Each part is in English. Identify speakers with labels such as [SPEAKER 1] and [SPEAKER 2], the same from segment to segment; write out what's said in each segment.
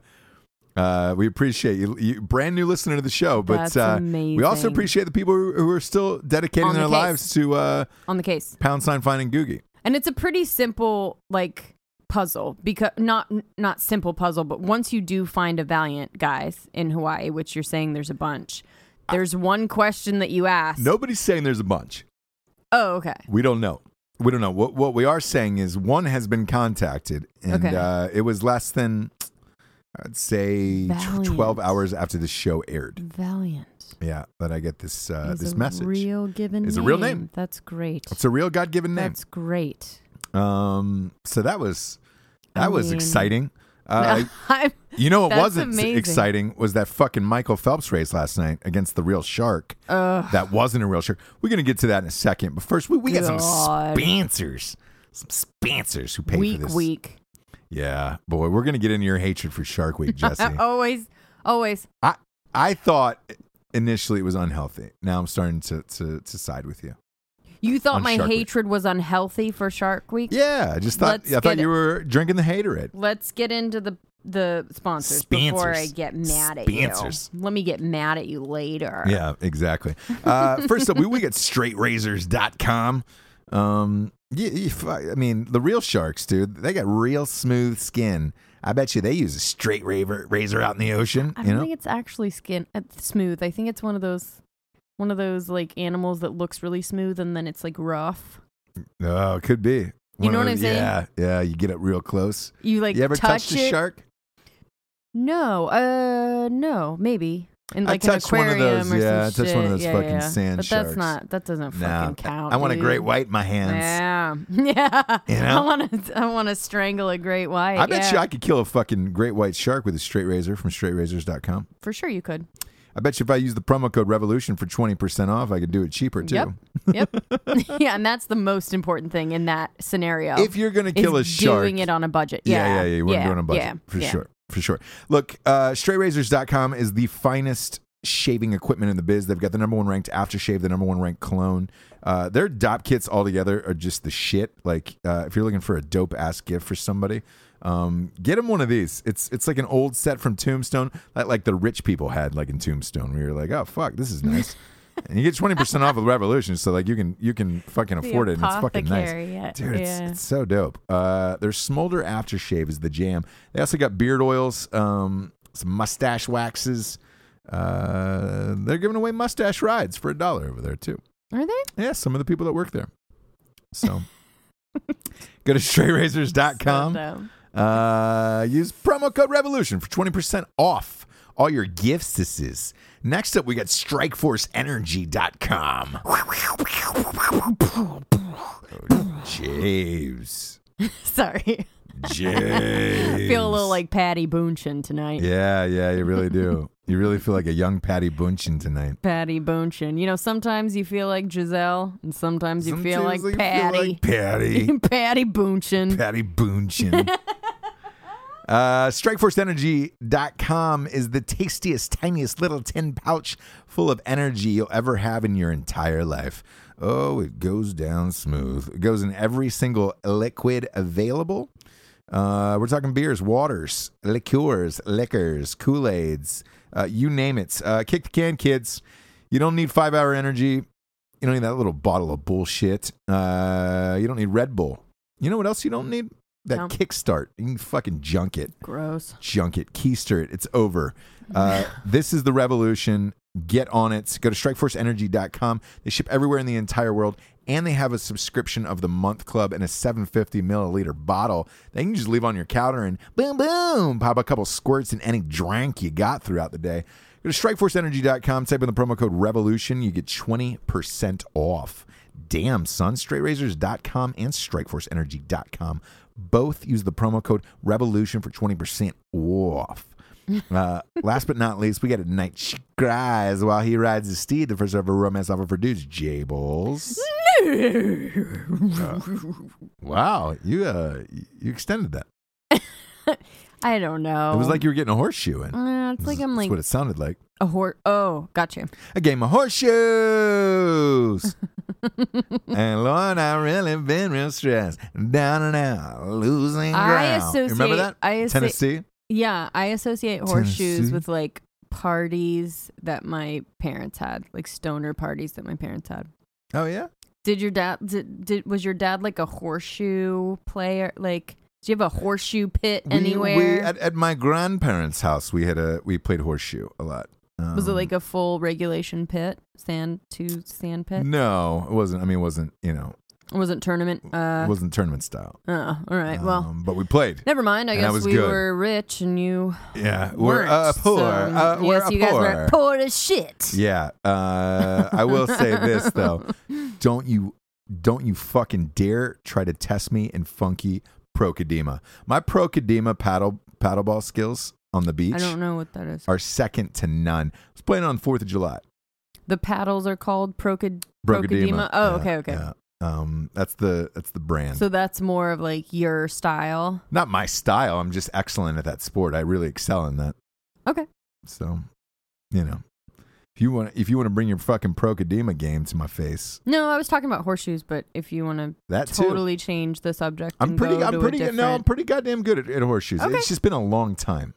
[SPEAKER 1] uh, we appreciate you, you, brand new listener to the show, but
[SPEAKER 2] That's
[SPEAKER 1] uh, we also
[SPEAKER 2] amazing.
[SPEAKER 1] appreciate the people who, who are still dedicating
[SPEAKER 2] On the
[SPEAKER 1] their
[SPEAKER 2] case.
[SPEAKER 1] lives to uh,
[SPEAKER 2] on the case.
[SPEAKER 1] pound sign finding Googie.
[SPEAKER 2] and it's a pretty simple like puzzle because not not simple puzzle but once you do find a valiant guys in hawaii which you're saying there's a bunch
[SPEAKER 1] Ah.
[SPEAKER 2] there's one question that you ask
[SPEAKER 1] Nobody's saying there's a bunch.
[SPEAKER 2] oh okay
[SPEAKER 1] We don't know. We don't know. What what we are saying is one has been contacted, and
[SPEAKER 2] Okay.
[SPEAKER 1] uh, it was less than I'd say tw-
[SPEAKER 2] Valiant.
[SPEAKER 1] 12 hours after the show aired.
[SPEAKER 2] Valiant.
[SPEAKER 1] Yeah, that I get this uh,
[SPEAKER 2] Is
[SPEAKER 1] this
[SPEAKER 2] a
[SPEAKER 1] message.
[SPEAKER 2] Real given.
[SPEAKER 1] It's a
[SPEAKER 2] name.
[SPEAKER 1] real name.
[SPEAKER 2] That's great.
[SPEAKER 1] it's a real God given name.
[SPEAKER 2] That's great.
[SPEAKER 1] Um, so that was that
[SPEAKER 2] I
[SPEAKER 1] was
[SPEAKER 2] mean-
[SPEAKER 1] exciting. Uh,
[SPEAKER 2] I'm-
[SPEAKER 1] you know what
[SPEAKER 2] That's
[SPEAKER 1] wasn't s-
[SPEAKER 2] amazing.
[SPEAKER 1] exciting was that fucking Michael Phelps race last night against the real shark. That wasn't a real shark. We're gonna get to that in a second, but first we, we got some
[SPEAKER 2] God.
[SPEAKER 1] sponsors, some sponsors who pay for
[SPEAKER 2] week,
[SPEAKER 1] this.
[SPEAKER 2] week.
[SPEAKER 1] Yeah, boy, we're gonna get into your hatred for Shark Week, Jesse.
[SPEAKER 2] Uh, Oh. always, always.
[SPEAKER 1] I I thought initially it was unhealthy. Now I'm starting to to, to side with you.
[SPEAKER 2] You thought
[SPEAKER 1] On
[SPEAKER 2] my
[SPEAKER 1] Shark Week.
[SPEAKER 2] hatred was unhealthy for Shark Week?
[SPEAKER 1] Yeah, I just thought
[SPEAKER 2] Let's
[SPEAKER 1] I thought
[SPEAKER 2] get
[SPEAKER 1] you
[SPEAKER 2] it.
[SPEAKER 1] were drinking the haterade.
[SPEAKER 2] Let's get into the the sponsors before I
[SPEAKER 1] Spancers.
[SPEAKER 2] get mad
[SPEAKER 1] Spancers.
[SPEAKER 2] at you. Let me get mad at you later.
[SPEAKER 1] Yeah, exactly. Uh, first up, we, we got straightrazors.com. Um, yeah, you fu- I mean, the real sharks, dude, they got real smooth skin. I bet you they use a straight raver, razor out in the ocean.
[SPEAKER 2] I
[SPEAKER 1] you
[SPEAKER 2] don't
[SPEAKER 1] know?
[SPEAKER 2] think it's actually skin uh, smooth. I think it's one of those one of those like animals that looks really smooth and then it's like rough.
[SPEAKER 1] oh, it could be. One
[SPEAKER 2] know
[SPEAKER 1] of
[SPEAKER 2] what I'm
[SPEAKER 1] those-
[SPEAKER 2] saying?
[SPEAKER 1] Yeah, yeah. You get up real close.
[SPEAKER 2] You like
[SPEAKER 1] you ever
[SPEAKER 2] touch
[SPEAKER 1] touched a
[SPEAKER 2] it?
[SPEAKER 1] shark?
[SPEAKER 2] No, uh, no, maybe. In
[SPEAKER 1] I
[SPEAKER 2] like an
[SPEAKER 1] touched one of
[SPEAKER 2] aquarium
[SPEAKER 1] those-
[SPEAKER 2] or
[SPEAKER 1] yeah,
[SPEAKER 2] some
[SPEAKER 1] I touched one of
[SPEAKER 2] shit.
[SPEAKER 1] those
[SPEAKER 2] Yeah,
[SPEAKER 1] fucking
[SPEAKER 2] yeah.
[SPEAKER 1] sand
[SPEAKER 2] But
[SPEAKER 1] sharks.
[SPEAKER 2] that's not. That doesn't
[SPEAKER 1] Nah,
[SPEAKER 2] fucking count.
[SPEAKER 1] I want a
[SPEAKER 2] dude.
[SPEAKER 1] great white in my hands.
[SPEAKER 2] Yeah, yeah.
[SPEAKER 1] You know?
[SPEAKER 2] I want to. I want to strangle a great white.
[SPEAKER 1] I bet
[SPEAKER 2] yeah.
[SPEAKER 1] you I could kill a fucking great white shark with a straight razor from straightrazors.com.
[SPEAKER 2] For sure, you could.
[SPEAKER 1] I bet you if I use the promo code revolution for 20% off, I could do it cheaper too.
[SPEAKER 2] Yep. Yep. yeah, and that's the most important thing in that scenario.
[SPEAKER 1] If you're going to kill a
[SPEAKER 2] is
[SPEAKER 1] shark.
[SPEAKER 2] doing it on a budget.
[SPEAKER 1] yeah,
[SPEAKER 2] Yeah,
[SPEAKER 1] yeah, yeah. We're doing a budget.
[SPEAKER 2] yeah,
[SPEAKER 1] for
[SPEAKER 2] yeah.
[SPEAKER 1] sure. For sure. Look, uh, straightrazors.com is the finest shaving equipment in the biz. They've got the number one ranked aftershave, the number one ranked cologne. Uh, their DOP kits altogether are just the shit. Like, uh, if you're looking for a dope ass gift for somebody, um, get them one of these. It's it's like an old set from Tombstone, like, like the rich people had, like in Tombstone, where you're like, oh, fuck, this is nice. And you get twenty percent off with Revolution, so like you can you can fucking
[SPEAKER 2] The
[SPEAKER 1] afford it, and it's fucking nice.
[SPEAKER 2] apothecary, yeah,
[SPEAKER 1] Dude, it's,
[SPEAKER 2] yeah.
[SPEAKER 1] it's so dope. Uh, their Smolder aftershave is the jam. They also got beard oils, um, some mustache waxes. Uh, they're giving away mustache rides for a dollar over there too.
[SPEAKER 2] Are they?
[SPEAKER 1] Yeah, some of the people that work there. So go to straightrazors.com.
[SPEAKER 2] So dumb.
[SPEAKER 1] Uh, use promo code revolution for 20% off all your gifts. This is next up. We got strikeforceenergy.com. James,
[SPEAKER 2] Sorry,
[SPEAKER 1] James,
[SPEAKER 2] feel a little like Patty Boonchin tonight.
[SPEAKER 1] yeah, yeah, you really do. You really feel like a young Patty Bunchin tonight.
[SPEAKER 2] Patty Boonchin. You know, sometimes you feel like Giselle, and sometimes you feel like
[SPEAKER 1] Sometimes I
[SPEAKER 2] Patty.
[SPEAKER 1] Patty.
[SPEAKER 2] Patty Boonchin.
[SPEAKER 1] Patty Boonchin. Uh, StrikeforceEnergy.com is the tastiest, tiniest little tin pouch full of energy you'll ever have in your entire life. Oh, it goes down smooth. It goes in every single liquid available. Uh, we're talking beers, waters, liqueurs, liquors, Kool Aids, uh, you name it. Uh, kick the can, kids. You don't need five hour energy. You don't need that little bottle of bullshit. Uh, you don't need Red Bull. You know what else you don't need? That
[SPEAKER 2] No.
[SPEAKER 1] kickstart. You can fucking junk it.
[SPEAKER 2] Gross.
[SPEAKER 1] Junk it. Keister it. It's over. Uh, this is the revolution. Get on it. Go to strikeforceenergy.com. They ship everywhere in the entire world. And they have a subscription of the month club and a 750 milliliter bottle that you can just leave on your counter and boom, boom, pop a couple squirts in any drink you got throughout the day. Go to strikeforceenergy.com, type in the promo code revolution. You get 20% off. Damn, son. Straightrazors.com and strikeforceenergy.com. Both use the promo code revolution for 20% off. Uh, last but not least, we got a night she cries while he rides his steed. The first ever romance offer for dudes, Jables. Uh, wow, you uh, you extended that.
[SPEAKER 2] I don't know.
[SPEAKER 1] It was like you were getting a horseshoe in.
[SPEAKER 2] Uh, Oh. it's like I'm
[SPEAKER 1] That's
[SPEAKER 2] like
[SPEAKER 1] what it sounded like.
[SPEAKER 2] a horse. Oh, gotcha.
[SPEAKER 1] A game of horseshoes. and Lord, I really been real stressed, down and out, losing
[SPEAKER 2] I
[SPEAKER 1] ground.
[SPEAKER 2] associate.
[SPEAKER 1] You remember that
[SPEAKER 2] I associ-
[SPEAKER 1] Tennessee?
[SPEAKER 2] Yeah, I associate horseshoes
[SPEAKER 1] Tennessee.
[SPEAKER 2] with like parties that my parents had, like stoner parties that my parents had.
[SPEAKER 1] Oh yeah,
[SPEAKER 2] Did your dad? Did, did was your dad like a horseshoe player? Like, do you have a horseshoe pit
[SPEAKER 1] We-
[SPEAKER 2] anywhere?
[SPEAKER 1] We, at, at my grandparents' house, we had a we played horseshoe a lot.
[SPEAKER 2] was it
[SPEAKER 1] Um,
[SPEAKER 2] like a full regulation pit, sand to sand pit?
[SPEAKER 1] No, it wasn't. I mean, it wasn't you know
[SPEAKER 2] It wasn't tournament. Uh,
[SPEAKER 1] it wasn't tournament style.
[SPEAKER 2] oh, all right. Well,
[SPEAKER 1] Um, but we played.
[SPEAKER 2] never mind. I
[SPEAKER 1] and that
[SPEAKER 2] guess
[SPEAKER 1] was
[SPEAKER 2] we
[SPEAKER 1] good.
[SPEAKER 2] were rich and you
[SPEAKER 1] Yeah, we're
[SPEAKER 2] weren't.
[SPEAKER 1] uh, poor.
[SPEAKER 2] so- mm,
[SPEAKER 1] uh, we're
[SPEAKER 2] yes,
[SPEAKER 1] uh,
[SPEAKER 2] you guys
[SPEAKER 1] poor.
[SPEAKER 2] were poor as shit.
[SPEAKER 1] Yeah. Uh, I will say this though. Don't you don't you fucking dare try to test me in funky procedema. My procedema paddle paddleball skills on the beach
[SPEAKER 2] I don't know what that is.
[SPEAKER 1] are second to none. I was playing on 4th of July.
[SPEAKER 2] The paddles are called procad-
[SPEAKER 1] Procedema.
[SPEAKER 2] procadema. Oh,
[SPEAKER 1] Yeah,
[SPEAKER 2] okay, okay.
[SPEAKER 1] yeah. Um that's the that's the brand.
[SPEAKER 2] So that's more of like your style.
[SPEAKER 1] Not my style. I'm just excellent at that sport. I really excel in that.
[SPEAKER 2] Okay.
[SPEAKER 1] So, you know, if you want if you want to bring your fucking procedema game to my face,
[SPEAKER 2] No, I was talking about horseshoes, but if you want to
[SPEAKER 1] that too.
[SPEAKER 2] totally change the subject,
[SPEAKER 1] I'm
[SPEAKER 2] and
[SPEAKER 1] pretty.
[SPEAKER 2] go to
[SPEAKER 1] I'm
[SPEAKER 2] a
[SPEAKER 1] pretty. No, I'm
[SPEAKER 2] different-
[SPEAKER 1] pretty goddamn good at, at horseshoes.
[SPEAKER 2] Okay.
[SPEAKER 1] It's just been a long time.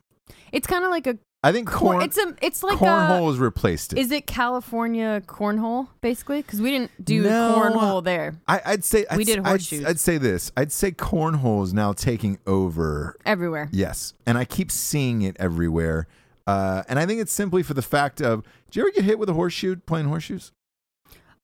[SPEAKER 2] it's kind of like a
[SPEAKER 1] I think
[SPEAKER 2] corn.
[SPEAKER 1] corn.
[SPEAKER 2] it's a. It's like
[SPEAKER 1] cornhole
[SPEAKER 2] a.
[SPEAKER 1] has replaced it.
[SPEAKER 2] Is it California cornhole basically? Because we didn't do
[SPEAKER 1] No.
[SPEAKER 2] cornhole there.
[SPEAKER 1] I, I'd say I'd,
[SPEAKER 2] We did
[SPEAKER 1] I'd-
[SPEAKER 2] horseshoes.
[SPEAKER 1] I'd, say this. I'd say cornhole is now taking over.
[SPEAKER 2] Everywhere.
[SPEAKER 1] Yes, and I keep seeing it everywhere. Uh, and I think it's simply for the fact of, did you ever get hit with a horseshoe playing horseshoes?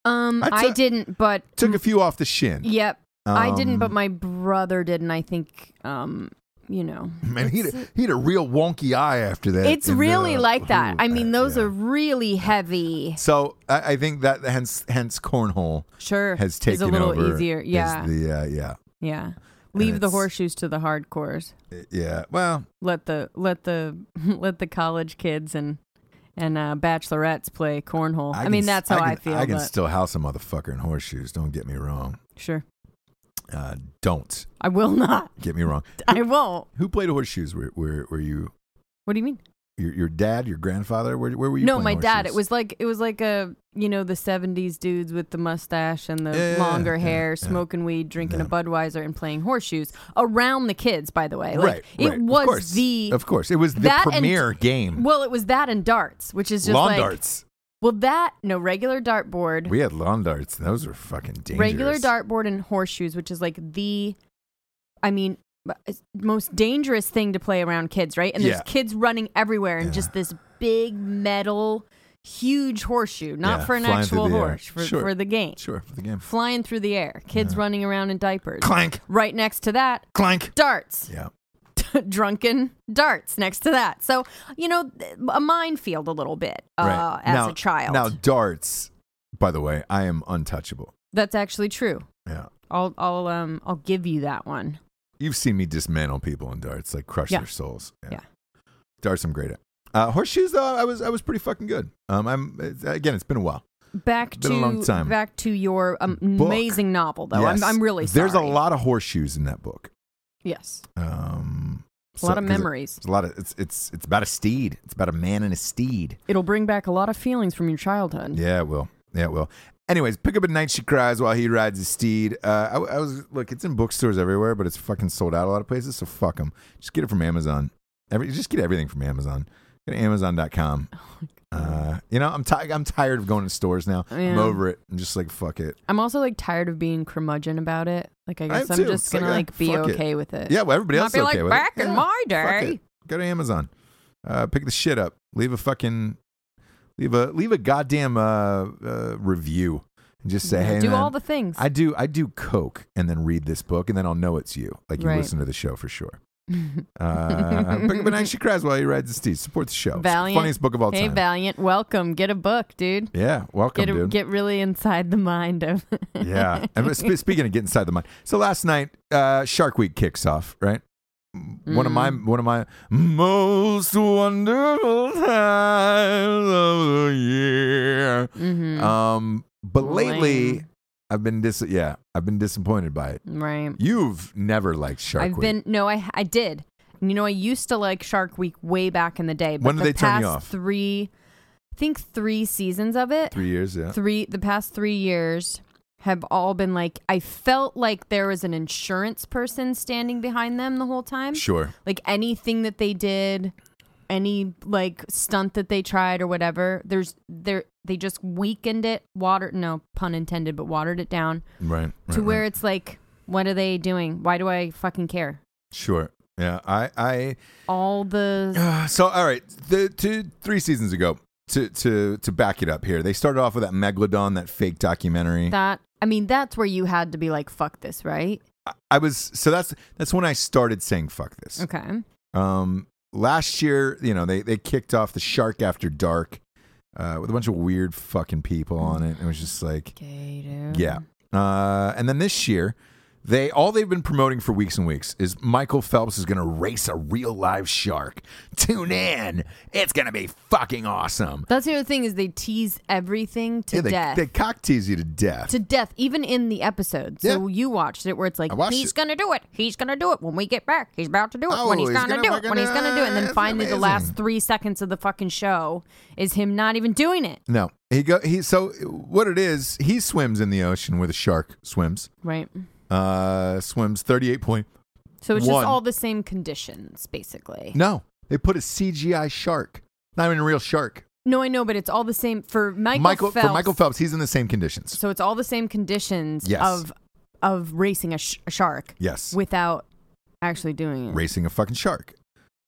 [SPEAKER 2] Um,
[SPEAKER 1] I
[SPEAKER 2] I
[SPEAKER 1] took-
[SPEAKER 2] didn't, but
[SPEAKER 1] Took a few off the shin.
[SPEAKER 2] yep, Mm. I didn't, but
[SPEAKER 1] Um,
[SPEAKER 2] my brother did, and I think, um, you know,
[SPEAKER 1] man, he had, a, he had a real wonky eye after that.
[SPEAKER 2] it's
[SPEAKER 1] And,
[SPEAKER 2] really
[SPEAKER 1] uh,
[SPEAKER 2] like that.
[SPEAKER 1] ooh,
[SPEAKER 2] I mean,
[SPEAKER 1] uh,
[SPEAKER 2] those
[SPEAKER 1] yeah.
[SPEAKER 2] are really heavy.
[SPEAKER 1] So I, I think that hence hence cornhole
[SPEAKER 2] Sure,
[SPEAKER 1] has taken
[SPEAKER 2] it's a little
[SPEAKER 1] over.
[SPEAKER 2] easier.
[SPEAKER 1] is
[SPEAKER 2] Yeah,
[SPEAKER 1] the uh, yeah.
[SPEAKER 2] yeah. Leave the
[SPEAKER 1] it's-
[SPEAKER 2] horseshoes to the hardcores.
[SPEAKER 1] Yeah. Well,
[SPEAKER 2] Let the let the let the college kids and and uh, bachelorettes play cornhole. I,
[SPEAKER 1] can
[SPEAKER 2] mean,
[SPEAKER 1] s-
[SPEAKER 2] that's how I,
[SPEAKER 1] can-
[SPEAKER 2] feel.
[SPEAKER 1] I can
[SPEAKER 2] but
[SPEAKER 1] still house a motherfucker in horseshoes. Don't get me wrong.
[SPEAKER 2] sure,
[SPEAKER 1] Uh, don't
[SPEAKER 2] I will not.
[SPEAKER 1] get me wrong.
[SPEAKER 2] I won't.
[SPEAKER 1] Who played horseshoes? Were, were, were you
[SPEAKER 2] What do you mean?
[SPEAKER 1] your, your dad, your grandfather? Where, where were you?
[SPEAKER 2] no,
[SPEAKER 1] playing
[SPEAKER 2] my dad. It
[SPEAKER 1] horseshoes?
[SPEAKER 2] was like it was like a you know the '70s dudes with the mustache and the
[SPEAKER 1] Yeah, yeah,
[SPEAKER 2] longer
[SPEAKER 1] yeah,
[SPEAKER 2] hair,
[SPEAKER 1] yeah.
[SPEAKER 2] smoking weed, drinking
[SPEAKER 1] Yeah.
[SPEAKER 2] a Budweiser, and playing horseshoes around the kids. By the way, like
[SPEAKER 1] right.
[SPEAKER 2] it
[SPEAKER 1] right.
[SPEAKER 2] was
[SPEAKER 1] of course.
[SPEAKER 2] the
[SPEAKER 1] of course it was the
[SPEAKER 2] that and-
[SPEAKER 1] premier game.
[SPEAKER 2] well, it was that and darts, which is just
[SPEAKER 1] lawn
[SPEAKER 2] like
[SPEAKER 1] darts.
[SPEAKER 2] well that no regular dartboard,
[SPEAKER 1] We had lawn darts. and Those were fucking dangerous.
[SPEAKER 2] regular dartboard and horseshoes, which is like the, I mean. Most dangerous thing to play around kids, right? And there's
[SPEAKER 1] Yeah.
[SPEAKER 2] kids running everywhere, and
[SPEAKER 1] Yeah.
[SPEAKER 2] just this big metal, huge horseshoe, not
[SPEAKER 1] Yeah,
[SPEAKER 2] for an
[SPEAKER 1] flying through
[SPEAKER 2] actual
[SPEAKER 1] the air.
[SPEAKER 2] horse, for,
[SPEAKER 1] Sure.
[SPEAKER 2] for the game.
[SPEAKER 1] Sure for the game.
[SPEAKER 2] flying through the air, kids running around in diapers.
[SPEAKER 1] Clank,
[SPEAKER 2] Right next to that,
[SPEAKER 1] clank.
[SPEAKER 2] darts,
[SPEAKER 1] Yeah.
[SPEAKER 2] drunken darts next to that. So, you know, th- a minefield a little bit uh,
[SPEAKER 1] right.
[SPEAKER 2] as
[SPEAKER 1] now,
[SPEAKER 2] a child.
[SPEAKER 1] Now darts. By the way, I am untouchable.
[SPEAKER 2] That's actually true.
[SPEAKER 1] Yeah.
[SPEAKER 2] I'll, I'll, um, I'll give you that one.
[SPEAKER 1] You've seen me dismantle people in darts, like crush
[SPEAKER 2] Yeah.
[SPEAKER 1] their souls.
[SPEAKER 2] Yeah.
[SPEAKER 1] darts I'm great at. Uh, horseshoes though, I was I was pretty fucking good. Um, I'm it's- again, it's been a while.
[SPEAKER 2] Back
[SPEAKER 1] Been a
[SPEAKER 2] to
[SPEAKER 1] long time.
[SPEAKER 2] back to your um,
[SPEAKER 1] Book.
[SPEAKER 2] amazing novel, though.
[SPEAKER 1] Yes.
[SPEAKER 2] Oh, I'm, I'm really sorry.
[SPEAKER 1] There's a lot of horseshoes in that book.
[SPEAKER 2] Yes,
[SPEAKER 1] Um,
[SPEAKER 2] a lot
[SPEAKER 1] so-
[SPEAKER 2] of
[SPEAKER 1] 'cause it-
[SPEAKER 2] memories.
[SPEAKER 1] It's a lot of it's it's it's about a steed. It's about a man and a steed.
[SPEAKER 2] It'll bring back a lot of feelings from your childhood.
[SPEAKER 1] Yeah, it will. Yeah, it will. Anyways, pick up a night she cries while he rides his steed. Uh, I, I was look, it's in bookstores everywhere, but it's fucking sold out a lot of places. So fuck them. Just get it from Amazon. Every just get everything from Amazon. Go to Amazon.com.
[SPEAKER 2] Oh
[SPEAKER 1] Uh, you know, I'm tired. I'm tired of going to stores now. I'm
[SPEAKER 2] Yeah.
[SPEAKER 1] over it. I'm just like fuck it.
[SPEAKER 2] I'm also like tired of being curmudgeon about it. Like I
[SPEAKER 1] I
[SPEAKER 2] guess
[SPEAKER 1] am
[SPEAKER 2] I'm
[SPEAKER 1] too.
[SPEAKER 2] just
[SPEAKER 1] It's like,
[SPEAKER 2] gonna
[SPEAKER 1] uh,
[SPEAKER 2] like, be
[SPEAKER 1] fuck it.
[SPEAKER 2] okay with it.
[SPEAKER 1] Yeah, well, everybody
[SPEAKER 2] Might
[SPEAKER 1] else
[SPEAKER 2] be
[SPEAKER 1] is
[SPEAKER 2] like,
[SPEAKER 1] okay with
[SPEAKER 2] "Back
[SPEAKER 1] it.
[SPEAKER 2] in
[SPEAKER 1] Yeah,
[SPEAKER 2] my
[SPEAKER 1] fuck
[SPEAKER 2] day."
[SPEAKER 1] it. Go to Amazon. Uh, pick the shit up. Leave a fucking leave a leave a goddamn uh, uh, review and just say,
[SPEAKER 2] Yeah,
[SPEAKER 1] hey,
[SPEAKER 2] do
[SPEAKER 1] man,
[SPEAKER 2] all the things.
[SPEAKER 1] I do I do coke and then read this book and then I'll know it's you. Like you
[SPEAKER 2] Right.
[SPEAKER 1] listen to the show for sure. Uh, pick up an Aisha Cries while you ride the steed. Support the show. It's the
[SPEAKER 2] Valiant.
[SPEAKER 1] funniest book of all
[SPEAKER 2] hey,
[SPEAKER 1] time.
[SPEAKER 2] Valiant, welcome. Get a book, dude.
[SPEAKER 1] yeah, welcome,
[SPEAKER 2] get a,
[SPEAKER 1] dude.
[SPEAKER 2] get really inside the mind of.
[SPEAKER 1] yeah. And sp- speaking of getting inside the mind, so last night uh, Shark Week kicks off, right? One of my
[SPEAKER 2] Mm.
[SPEAKER 1] one of my most wonderful times of the year.
[SPEAKER 2] Mhm.
[SPEAKER 1] Um, but lately
[SPEAKER 2] Lame.
[SPEAKER 1] I've been dis yeah I've been disappointed by it.
[SPEAKER 2] right.
[SPEAKER 1] You've never liked Shark
[SPEAKER 2] I've
[SPEAKER 1] Week.
[SPEAKER 2] been no, I I did. And, You know, I used to like Shark Week way back in the day. But
[SPEAKER 1] When did
[SPEAKER 2] the
[SPEAKER 1] they turn
[SPEAKER 2] past
[SPEAKER 1] you off?
[SPEAKER 2] Three, I think three seasons of it.
[SPEAKER 1] Three years, yeah.
[SPEAKER 2] three the past three years have all been like I felt like there was an insurance person standing behind them the whole time.
[SPEAKER 1] Sure.
[SPEAKER 2] Like anything that they did, any like stunt that they tried or whatever, there's there they just weakened it, water no pun intended, but watered it down
[SPEAKER 1] Right. right
[SPEAKER 2] to where
[SPEAKER 1] right.
[SPEAKER 2] it's like, what are they doing? Why do I fucking care?
[SPEAKER 1] Sure. Yeah. I
[SPEAKER 2] All the
[SPEAKER 1] I so all right. The two three seasons ago to to to back it up here, they started off with that Megalodon, that fake documentary.
[SPEAKER 2] that I mean, that's where you had to be like, fuck this, right?
[SPEAKER 1] I was so that's that's when I started saying fuck this.
[SPEAKER 2] Okay.
[SPEAKER 1] Um, last year, you know, they they kicked off the Shark After Dark uh, with a bunch of weird fucking people on it. It was just like,
[SPEAKER 2] Okay,
[SPEAKER 1] yeah. Uh, and then this year, they all they've been promoting for weeks and weeks is Michael Phelps is going to race a real live shark. Tune in, it's going to be fucking awesome.
[SPEAKER 2] That's the other thing is they tease everything to
[SPEAKER 1] Yeah, they,
[SPEAKER 2] death.
[SPEAKER 1] they cock tease you to death.
[SPEAKER 2] to death, even in the episode. So
[SPEAKER 1] Yeah.
[SPEAKER 2] you watched it where it's like,
[SPEAKER 1] I watched
[SPEAKER 2] he's
[SPEAKER 1] it.
[SPEAKER 2] going to do it. He's going to do it when we get back. He's about to do it.
[SPEAKER 1] Oh,
[SPEAKER 2] when he's,
[SPEAKER 1] he's
[SPEAKER 2] going to
[SPEAKER 1] gonna
[SPEAKER 2] do it.
[SPEAKER 1] fucking
[SPEAKER 2] When he's going to do it. And then
[SPEAKER 1] it's
[SPEAKER 2] finally, the last
[SPEAKER 1] amazing.
[SPEAKER 2] three seconds of the fucking show is him not even doing it.
[SPEAKER 1] no, he go he. So what it is, he swims in the ocean where the shark swims.
[SPEAKER 2] Right.
[SPEAKER 1] Uh, swims thirty eight point
[SPEAKER 2] So it's
[SPEAKER 1] One.
[SPEAKER 2] just all the same conditions, basically.
[SPEAKER 1] No, they put a CGI shark, not even a real shark.
[SPEAKER 2] No, I know, but it's all the same for Michael, Phelps.
[SPEAKER 1] for Michael Phelps, he's in the same conditions.
[SPEAKER 2] So it's all the same conditions
[SPEAKER 1] Yes.
[SPEAKER 2] of of racing a, sh- a shark
[SPEAKER 1] Yes,
[SPEAKER 2] without actually doing it.
[SPEAKER 1] racing a fucking shark.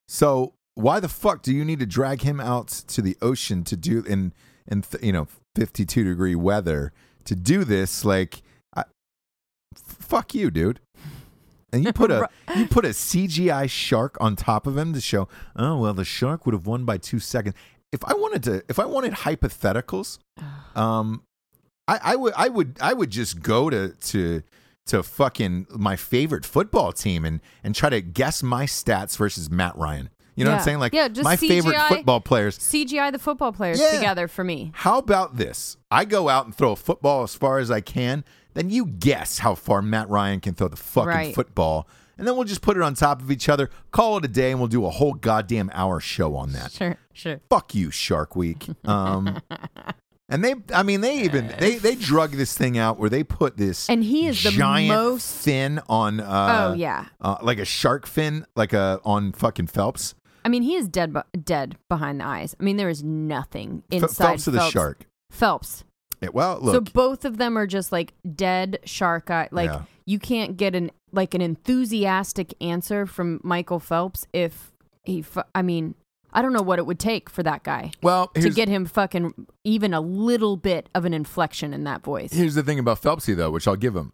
[SPEAKER 1] So why the fuck do you need to drag him out to the ocean to do in in th- you know fifty two degree weather to do this? Like, I, f- fuck you, dude. And you put a you put a CGI shark on top of him to show. Oh well, the shark would have won by two seconds. If I wanted to, if I wanted hypotheticals, um, I, I would I would I would just go to to to fucking my favorite football team and and try to guess my stats versus Matt Ryan. You know what
[SPEAKER 2] Yeah.
[SPEAKER 1] I'm saying? Like
[SPEAKER 2] Yeah, just
[SPEAKER 1] my favorite
[SPEAKER 2] CGI.
[SPEAKER 1] football players.
[SPEAKER 2] CGI the football players
[SPEAKER 1] Yeah.
[SPEAKER 2] together for me.
[SPEAKER 1] How about this? I go out and throw a football as far as I can, then you guess how far Matt Ryan can throw the fucking
[SPEAKER 2] Right.
[SPEAKER 1] football. And then we'll just put it on top of each other, call it a day, and we'll do a whole goddamn hour show on that
[SPEAKER 2] Sure, sure.
[SPEAKER 1] fuck you shark week um and they i mean they even they they drug this thing out where they put this
[SPEAKER 2] And he is the
[SPEAKER 1] giant
[SPEAKER 2] most-
[SPEAKER 1] fin on uh
[SPEAKER 2] oh yeah.
[SPEAKER 1] uh, like a shark fin like a on fucking phelps
[SPEAKER 2] I mean, he is dead, bu- dead behind the eyes. I mean, there is nothing
[SPEAKER 1] Ph-
[SPEAKER 2] inside
[SPEAKER 1] phelps of the shark
[SPEAKER 2] Phelps.
[SPEAKER 1] Yeah, well
[SPEAKER 2] So
[SPEAKER 1] look
[SPEAKER 2] both of them are just like dead shark eye. Like
[SPEAKER 1] Yeah.
[SPEAKER 2] you can't get an like an enthusiastic answer from Michael Phelps if he. Fu- I mean, I don't know what it would take for that guy
[SPEAKER 1] well
[SPEAKER 2] to
[SPEAKER 1] here's,
[SPEAKER 2] get him fucking even a little bit of an inflection in that voice.
[SPEAKER 1] here's the thing about phelpsy though which i'll give him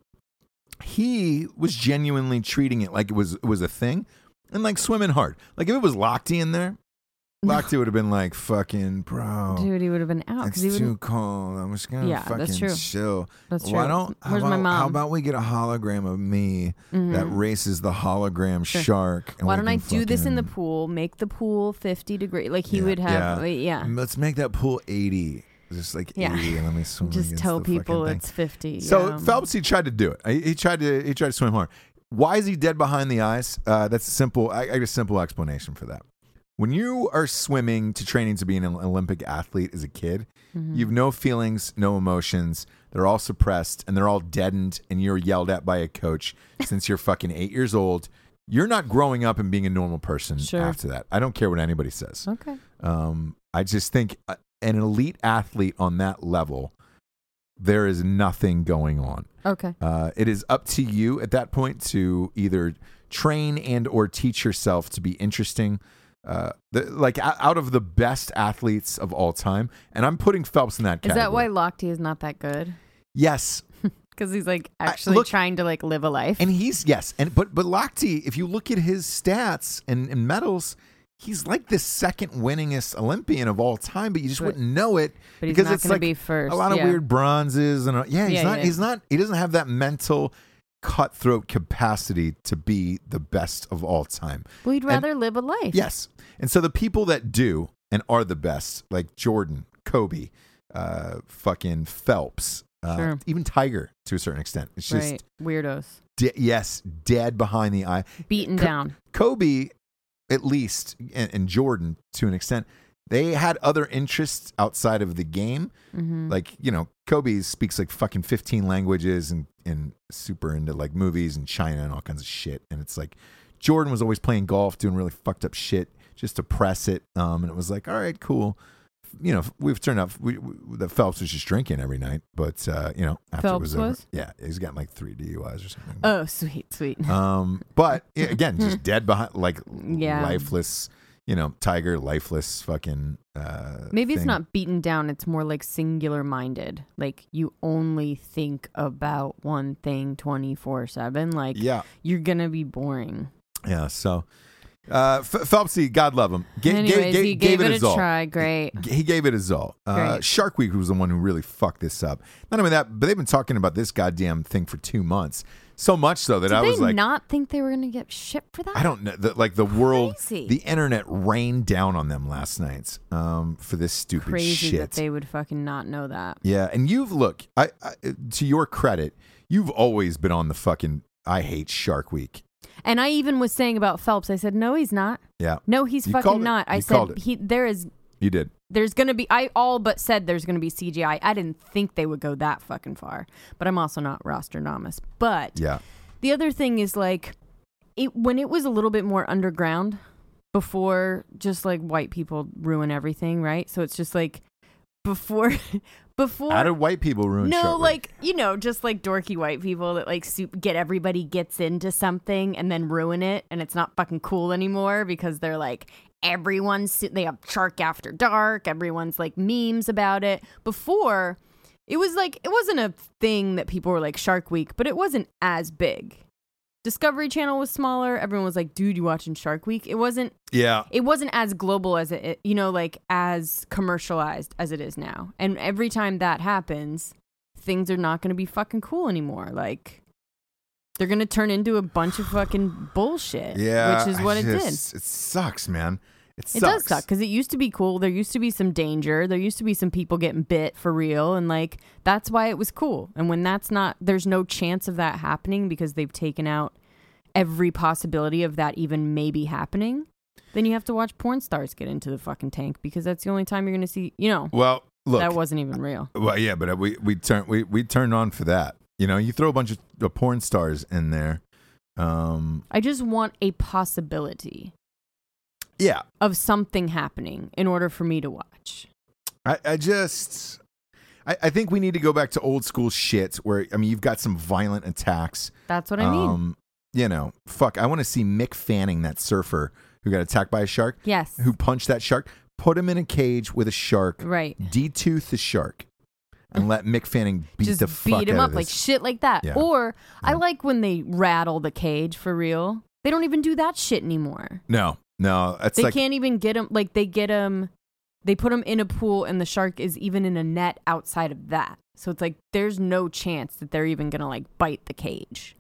[SPEAKER 1] he was genuinely treating it like it was it was a thing and like swimming hard like if it was lochte in there lochte would have been like fucking bro
[SPEAKER 2] Dude, he would have been out
[SPEAKER 1] It's
[SPEAKER 2] because he
[SPEAKER 1] Oh. too
[SPEAKER 2] would.
[SPEAKER 1] cold. I'm just gonna
[SPEAKER 2] Yeah, that's
[SPEAKER 1] fucking
[SPEAKER 2] true.
[SPEAKER 1] chill.
[SPEAKER 2] That's
[SPEAKER 1] Why
[SPEAKER 2] true.
[SPEAKER 1] don't? How
[SPEAKER 2] Where's
[SPEAKER 1] about, How
[SPEAKER 2] my mom? Mm-hmm. Mm.
[SPEAKER 1] about we get a hologram of me that races the hologram shark? and
[SPEAKER 2] Why
[SPEAKER 1] we
[SPEAKER 2] don't I
[SPEAKER 1] can
[SPEAKER 2] do this in the
[SPEAKER 1] fucking-
[SPEAKER 2] pool? Make the pool fifty degree. Like he
[SPEAKER 1] Yeah,
[SPEAKER 2] would have.
[SPEAKER 1] yeah.
[SPEAKER 2] like, yeah.
[SPEAKER 1] Let's make that pool 80. Just like
[SPEAKER 2] Yeah.
[SPEAKER 1] 80, and let me swim.
[SPEAKER 2] just
[SPEAKER 1] against
[SPEAKER 2] tell
[SPEAKER 1] the fucking
[SPEAKER 2] people
[SPEAKER 1] thing.
[SPEAKER 2] it's um, 50
[SPEAKER 1] So
[SPEAKER 2] yeah.
[SPEAKER 1] Phelps, he tried to do it. He, he tried to. He tried to swim hard. Why is he dead behind the eyes? Uh, that's a simple. I, I got a simple explanation for that. When you are swimming to training to be an Olympic athlete as a kid,
[SPEAKER 2] Mm-hmm.
[SPEAKER 1] you have no feelings, no emotions. They're all suppressed and they're all deadened, and you're yelled at by a coach since you're fucking eight years old. You're not growing up and being a normal person
[SPEAKER 2] Sure.
[SPEAKER 1] after that. I don't care what anybody says.
[SPEAKER 2] okay
[SPEAKER 1] Um, I just think uh, an elite athlete on that level, there is nothing going on.
[SPEAKER 2] okay
[SPEAKER 1] Uh, it is up to you at that point to either train and or teach yourself to be interesting. Uh, the, like o- out of the best athletes of all time, and I'm putting Phelps in that
[SPEAKER 2] is
[SPEAKER 1] category.
[SPEAKER 2] that why lochte is not that good
[SPEAKER 1] Yes,
[SPEAKER 2] because he's like
[SPEAKER 1] I-
[SPEAKER 2] actually
[SPEAKER 1] look-
[SPEAKER 2] trying to like live a life
[SPEAKER 1] and he's yes, and but but Lochte, if you look at his stats and, and medals, he's like the second winningest Olympian of all time, but you just
[SPEAKER 2] But-
[SPEAKER 1] wouldn't know it
[SPEAKER 2] but he's
[SPEAKER 1] because
[SPEAKER 2] not
[SPEAKER 1] it's
[SPEAKER 2] gonna
[SPEAKER 1] like
[SPEAKER 2] be first
[SPEAKER 1] a lot of
[SPEAKER 2] yeah.
[SPEAKER 1] weird bronzes and uh, yeah, he's
[SPEAKER 2] Yeah,
[SPEAKER 1] not
[SPEAKER 2] yeah.
[SPEAKER 1] he's not he doesn't have that mental cutthroat capacity to be the best of all time.
[SPEAKER 2] well he'd rather live a life
[SPEAKER 1] Yes. And so the people that do and are the best, like Jordan, Kobe, uh fucking Phelps, uh,
[SPEAKER 2] Sure.
[SPEAKER 1] even Tiger to a certain extent. It's just
[SPEAKER 2] right weirdos
[SPEAKER 1] de- yes, dead behind the eye.
[SPEAKER 2] beaten
[SPEAKER 1] Co-
[SPEAKER 2] down
[SPEAKER 1] Kobe, at least, and, and Jordan to an extent, they had other interests outside of the game.
[SPEAKER 2] Mm-hmm.
[SPEAKER 1] Like, you know, Kobe speaks like fucking 15 languages and, and super into like movies and China and all kinds of shit. And it's like Jordan was always playing golf, doing really fucked up shit just to press it. Um, and it was like, all right, cool. You know, we've turned out we, we, the Phelps was just drinking every night, but uh, you know, after it
[SPEAKER 2] Phelps
[SPEAKER 1] was, over,
[SPEAKER 2] was?
[SPEAKER 1] yeah, he's gotten like three DUIs or something.
[SPEAKER 2] oh sweet sweet
[SPEAKER 1] Um, but yeah, again, just dead behind, like
[SPEAKER 2] Yeah.
[SPEAKER 1] lifeless. you know, tiger, lifeless, fucking. Uh,
[SPEAKER 2] Maybe it's
[SPEAKER 1] thing.
[SPEAKER 2] not beaten down. It's more like singular minded. Like you only think about one thing 24 7. Like
[SPEAKER 1] Yeah,
[SPEAKER 2] you're going to be boring.
[SPEAKER 1] yeah. So, uh, F- Phelpsy, God love him. Ga- ga-
[SPEAKER 2] Anyways,
[SPEAKER 1] ga-
[SPEAKER 2] he gave, it
[SPEAKER 1] his
[SPEAKER 2] a
[SPEAKER 1] all.
[SPEAKER 2] try. Great.
[SPEAKER 1] He gave it his all. Uh,
[SPEAKER 2] Great.
[SPEAKER 1] Shark Week was the one who really fucked this up. Not only that, but they've been talking about this goddamn thing for two months. So much so that
[SPEAKER 2] Did
[SPEAKER 1] I
[SPEAKER 2] they
[SPEAKER 1] was like,
[SPEAKER 2] not think they were going to get shit for that?
[SPEAKER 1] I don't know. The, like the world,
[SPEAKER 2] Crazy.
[SPEAKER 1] the internet rained down on them last night um, for this stupid
[SPEAKER 2] Crazy
[SPEAKER 1] shit.
[SPEAKER 2] that they would fucking not know that.
[SPEAKER 1] yeah, and you've look. I, I to your credit, you've always been on the fucking. I hate Shark Week.
[SPEAKER 2] And I even was saying about Phelps. I said, no, he's not.
[SPEAKER 1] Yeah,
[SPEAKER 2] No, he's
[SPEAKER 1] You called
[SPEAKER 2] fucking
[SPEAKER 1] it.
[SPEAKER 2] not. I
[SPEAKER 1] You called
[SPEAKER 2] said
[SPEAKER 1] it.
[SPEAKER 2] he there is
[SPEAKER 1] you did.
[SPEAKER 2] there's gonna be I all but said there's gonna be CGI. I didn't think they would go that fucking far. But I'm also not Rostradamus. But
[SPEAKER 1] Yeah,
[SPEAKER 2] the other thing is like it when it was a little bit more underground before just like white people ruin everything, right? So it's just like before before
[SPEAKER 1] how did white people ruin?
[SPEAKER 2] no,
[SPEAKER 1] Shark Week?
[SPEAKER 2] like you know, just like dorky white people that like soup, get everybody gets into something and then ruin it, and it's not fucking cool anymore because they're like everyone's su- they have Shark After Dark, everyone's like memes about it. Before, it was like it wasn't a thing that people were like Shark Week, but it wasn't as big. Discovery Channel was smaller. Everyone was like, "Dude, you watching Shark Week?" It wasn't
[SPEAKER 1] yeah,
[SPEAKER 2] it wasn't as global as it, you know, like as commercialized as it is now. And every time that happens, things are not going to be fucking cool anymore. Like they're going to turn into a bunch of fucking bullshit.
[SPEAKER 1] yeah,
[SPEAKER 2] which is
[SPEAKER 1] I
[SPEAKER 2] what it did.
[SPEAKER 1] just- It sucks, man. It,
[SPEAKER 2] It
[SPEAKER 1] sucks.
[SPEAKER 2] does suck because it used to be cool. There used to be some danger. There used to be some people getting bit for real. And like, that's why it was cool. And when that's not, there's no chance of that happening because they've taken out every possibility of that even maybe happening, then you have to watch porn stars get into the fucking tank because that's the only time you're going to see, you know,
[SPEAKER 1] Well, look,
[SPEAKER 2] that wasn't even real.
[SPEAKER 1] Well, yeah, but uh, we we turn we we turned on for that. You know, you throw a bunch of uh, porn stars in there. Um,
[SPEAKER 2] I just want a possibility
[SPEAKER 1] yeah,
[SPEAKER 2] of something happening in order for me to watch.
[SPEAKER 1] I, I just I, I think we need to go back to old school shit where I mean you've got some violent attacks.
[SPEAKER 2] That's what I mean.
[SPEAKER 1] Um, you know, fuck. I want to see Mick Fanning, that surfer who got attacked by a shark,
[SPEAKER 2] yes.
[SPEAKER 1] who punched that shark. Put him in a cage with a shark,
[SPEAKER 2] right.
[SPEAKER 1] detooth the shark, and let Mick Fanning beat
[SPEAKER 2] Uh-huh. just
[SPEAKER 1] the fuck
[SPEAKER 2] beat him
[SPEAKER 1] out
[SPEAKER 2] up
[SPEAKER 1] of
[SPEAKER 2] like
[SPEAKER 1] this-
[SPEAKER 2] shit like that.
[SPEAKER 1] Yeah.
[SPEAKER 2] Or I
[SPEAKER 1] Yeah.
[SPEAKER 2] like when they rattle the cage for real. They don't even do that shit anymore.
[SPEAKER 1] no, no, it's
[SPEAKER 2] they
[SPEAKER 1] like
[SPEAKER 2] can't even get him. Like they get him, they put him in a pool, and the shark is even in a net outside of that. So it's like there's no chance that they're even gonna like bite the cage.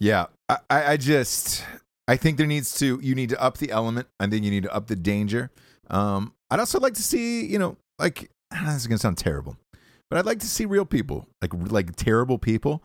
[SPEAKER 1] Yeah, I, I I just I think there needs to you need to up the element. I think you need to up the danger. Um, I'd also like to see you know like this is gonna sound terrible, but I'd like to see real people like like terrible people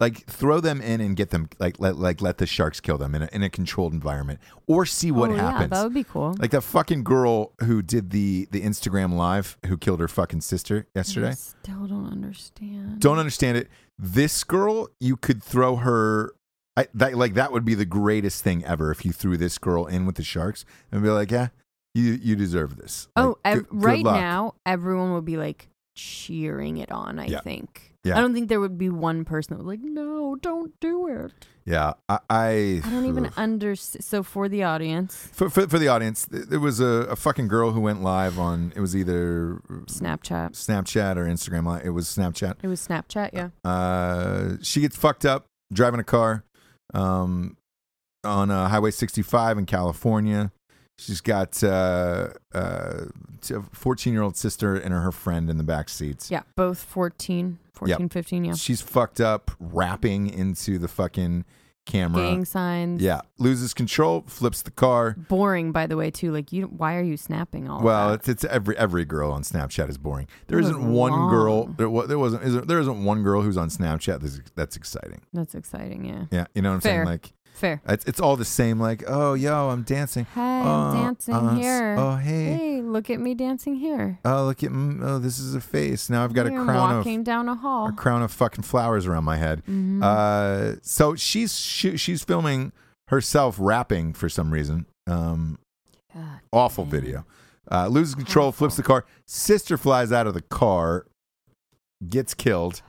[SPEAKER 1] like throw them in and get them like let like let the sharks kill them in a, in a controlled environment or see what
[SPEAKER 2] Oh, Yeah,
[SPEAKER 1] happens.
[SPEAKER 2] that would be cool.
[SPEAKER 1] like that fucking girl who did the the Instagram live who killed her fucking sister yesterday
[SPEAKER 2] I still don't understand.
[SPEAKER 1] don't understand it. This girl, you could throw her. I, that like that would be the greatest thing ever if you threw this girl in with the sharks and be like, yeah, you you deserve this.
[SPEAKER 2] Oh,
[SPEAKER 1] Like,
[SPEAKER 2] ev-
[SPEAKER 1] good- good
[SPEAKER 2] right
[SPEAKER 1] luck.
[SPEAKER 2] now, everyone would be like cheering it on. I
[SPEAKER 1] Yeah.
[SPEAKER 2] think.
[SPEAKER 1] Yeah.
[SPEAKER 2] I don't think there would be one person that would like, no, don't do it.
[SPEAKER 1] Yeah, I I,
[SPEAKER 2] I don't even understand. So for the audience,
[SPEAKER 1] For, for, for the audience, th- there was a, a fucking girl who went live on it was either
[SPEAKER 2] Snapchat.
[SPEAKER 1] Snapchat or Instagram. Live. It was Snapchat.
[SPEAKER 2] It was Snapchat, yeah.
[SPEAKER 1] Uh, she gets fucked up driving a car um, on uh, Highway 65 in California. She's got uh, uh, t- a 14 year old sister and her friend in the back seats.
[SPEAKER 2] Yeah, both 14, 14, 15, yeah.
[SPEAKER 1] She's fucked up, rapping into the fucking camera.
[SPEAKER 2] Gang signs.
[SPEAKER 1] Yeah, loses control, flips the car.
[SPEAKER 2] Boring, by the way, too. Like, you. why are you snapping all
[SPEAKER 1] Well, it's,
[SPEAKER 2] that?
[SPEAKER 1] it's every every girl on Snapchat is boring. There
[SPEAKER 2] It was
[SPEAKER 1] isn't one girl.
[SPEAKER 2] long.
[SPEAKER 1] There, wa- there wasn't. Isn't, there isn't one girl who's on Snapchat that's, that's exciting.
[SPEAKER 2] That's exciting, yeah.
[SPEAKER 1] Yeah, you know what I'm
[SPEAKER 2] Fair.
[SPEAKER 1] saying? Like
[SPEAKER 2] Fair.
[SPEAKER 1] It's, it's all the same. Like, oh, yo, I'm dancing.
[SPEAKER 2] Hey, I'm
[SPEAKER 1] Oh,
[SPEAKER 2] dancing
[SPEAKER 1] uh, s-
[SPEAKER 2] here.
[SPEAKER 1] Oh, hey.
[SPEAKER 2] Hey, look at me dancing here.
[SPEAKER 1] Oh, look at. mm, Oh, this is a face. Now I've got
[SPEAKER 2] Here,
[SPEAKER 1] a
[SPEAKER 2] I'm
[SPEAKER 1] crown of
[SPEAKER 2] walking Mm-hmm. down a hall.
[SPEAKER 1] a crown of fucking flowers around my head. Uh, so she's she, she's filming herself rapping for some reason. Um,
[SPEAKER 2] God
[SPEAKER 1] awful
[SPEAKER 2] damn.
[SPEAKER 1] video. Uh, loses control, flips the car. Sister flies out of the car, gets killed.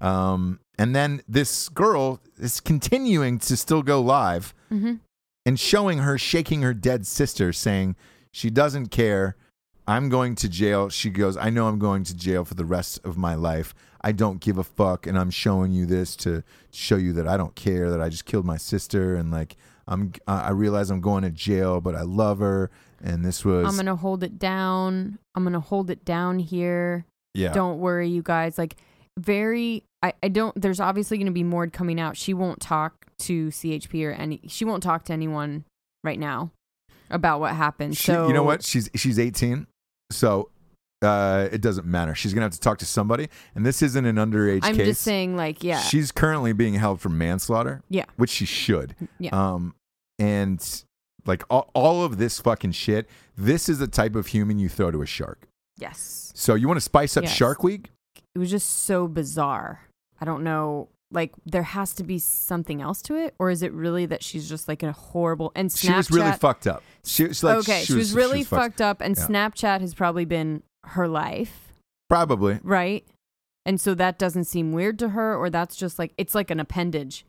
[SPEAKER 1] Um, and then this girl is continuing to still go live
[SPEAKER 2] Mhm.
[SPEAKER 1] and showing her shaking her dead sister, saying, She doesn't care. I'm going to jail. She goes, I know I'm going to jail for the rest of my life. I don't give a fuck. And I'm showing you this to show you that I don't care, that I just killed my sister. And like, I'm, I I realize I'm going to jail, but I love her. And this was,
[SPEAKER 2] I'm gonna hold it down. I'm gonna hold it down here.
[SPEAKER 1] yeah.
[SPEAKER 2] Don't worry, you guys. Like very I, I don't there's obviously gonna be more coming out. She won't talk to CHP or any she won't talk to anyone right now about what happened.
[SPEAKER 1] She-
[SPEAKER 2] so
[SPEAKER 1] you know what? She's she's 18, so uh, it doesn't matter. She's gonna have to talk to somebody, and this isn't an underage
[SPEAKER 2] I'm
[SPEAKER 1] case.
[SPEAKER 2] just saying like yeah.
[SPEAKER 1] She's currently being held for manslaughter.
[SPEAKER 2] Yeah.
[SPEAKER 1] Which she should.
[SPEAKER 2] Yeah.
[SPEAKER 1] Um, and like all, all of this fucking shit, this is the type of human you throw to a shark.
[SPEAKER 2] yes.
[SPEAKER 1] So you want to spice up
[SPEAKER 2] Yes.
[SPEAKER 1] Shark Week?
[SPEAKER 2] It was just so bizarre. I don't know like there has to be something else to it, or is it really that she's just like a horrible and Snapchat?
[SPEAKER 1] She was really fucked up. She was like,
[SPEAKER 2] okay, she was, really fucked up, and
[SPEAKER 1] Yeah.
[SPEAKER 2] Snapchat has probably been her life,
[SPEAKER 1] Probably.
[SPEAKER 2] right? And so that doesn't seem weird to her, or that's just like it's like an appendage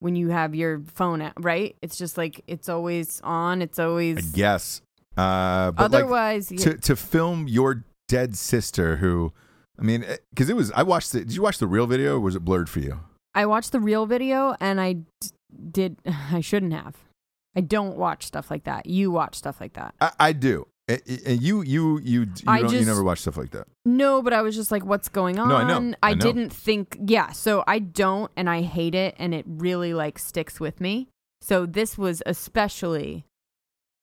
[SPEAKER 2] when you have your phone out, right? It's just like it's always on, it's
[SPEAKER 1] I
[SPEAKER 2] always
[SPEAKER 1] guess. Uh, but like,
[SPEAKER 2] otherwise. yeah.
[SPEAKER 1] to to film your dead sister who I mean cuz it was I watched the did you watch the real video or was it blurred for you?
[SPEAKER 2] I watched the real video, and I d- did. I shouldn't have. I don't watch stuff like that. You watch stuff like that.
[SPEAKER 1] I, I do. And- And you you you you,
[SPEAKER 2] I
[SPEAKER 1] don't, you
[SPEAKER 2] just-
[SPEAKER 1] never watch stuff like that.
[SPEAKER 2] No, but I was just like, what's going on?
[SPEAKER 1] No, I know. I know.
[SPEAKER 2] didn't think, yeah. So I don't, and I hate it, and it really like sticks with me. So this was especially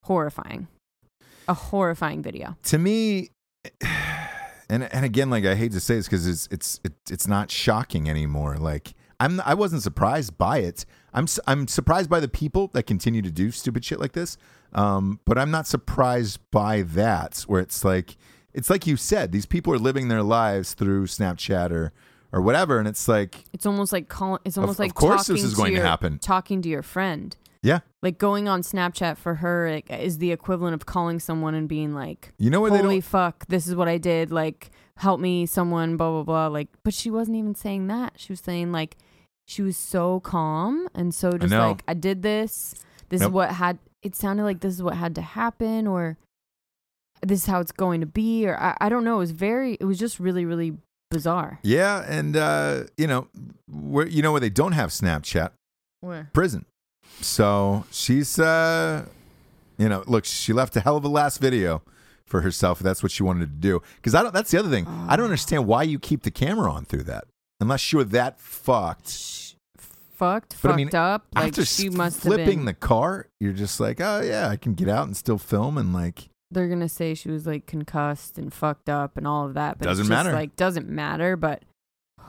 [SPEAKER 2] horrifying. A horrifying video.
[SPEAKER 1] To me and and again like I hate to say this cuz it's it's it, it's not shocking anymore like I'm I wasn't surprised by it. I'm su- I'm surprised by the people that continue to do stupid shit like this. Um but I'm not surprised by that where it's like it's like you said these people are living their lives through Snapchat or or whatever and it's like
[SPEAKER 2] It's almost like calling. It's
[SPEAKER 1] Of-
[SPEAKER 2] almost like
[SPEAKER 1] of course this
[SPEAKER 2] talking
[SPEAKER 1] is going to
[SPEAKER 2] your-
[SPEAKER 1] happen.
[SPEAKER 2] Talking to your friend,
[SPEAKER 1] yeah
[SPEAKER 2] like going on Snapchat for her, like, is the equivalent of calling someone and being like,
[SPEAKER 1] You know what they
[SPEAKER 2] Holy
[SPEAKER 1] don't-
[SPEAKER 2] fuck! This is what I did. Like, help me, someone." Blah blah blah. Like, but she wasn't even saying that. She was saying like, she was so calm and so just
[SPEAKER 1] know.
[SPEAKER 2] like, "I did this. This
[SPEAKER 1] Yep.
[SPEAKER 2] is what had." It sounded like this is what had to happen, or this is how it's going to be, or I, I don't know. It was very. It was just really, really bizarre.
[SPEAKER 1] Yeah, and uh, you know, where you know where they don't have Snapchat,
[SPEAKER 2] Where?
[SPEAKER 1] prison. So she's, uh, you know, look, she left a hell of a last video for herself. If that's what she wanted to do. Because I don't. That's the other thing. I don't understand why you keep the camera on through that, unless you're that fucked.
[SPEAKER 2] Fucked,
[SPEAKER 1] But
[SPEAKER 2] fucked
[SPEAKER 1] I mean,
[SPEAKER 2] up. Like
[SPEAKER 1] After
[SPEAKER 2] she
[SPEAKER 1] s-
[SPEAKER 2] must
[SPEAKER 1] flipping
[SPEAKER 2] have been.
[SPEAKER 1] the car, you're just like, oh yeah, I can get out and still film and like.
[SPEAKER 2] they're gonna say she was like concussed and fucked up and all of that, but it's
[SPEAKER 1] Doesn't
[SPEAKER 2] just,
[SPEAKER 1] matter.
[SPEAKER 2] Like doesn't matter, but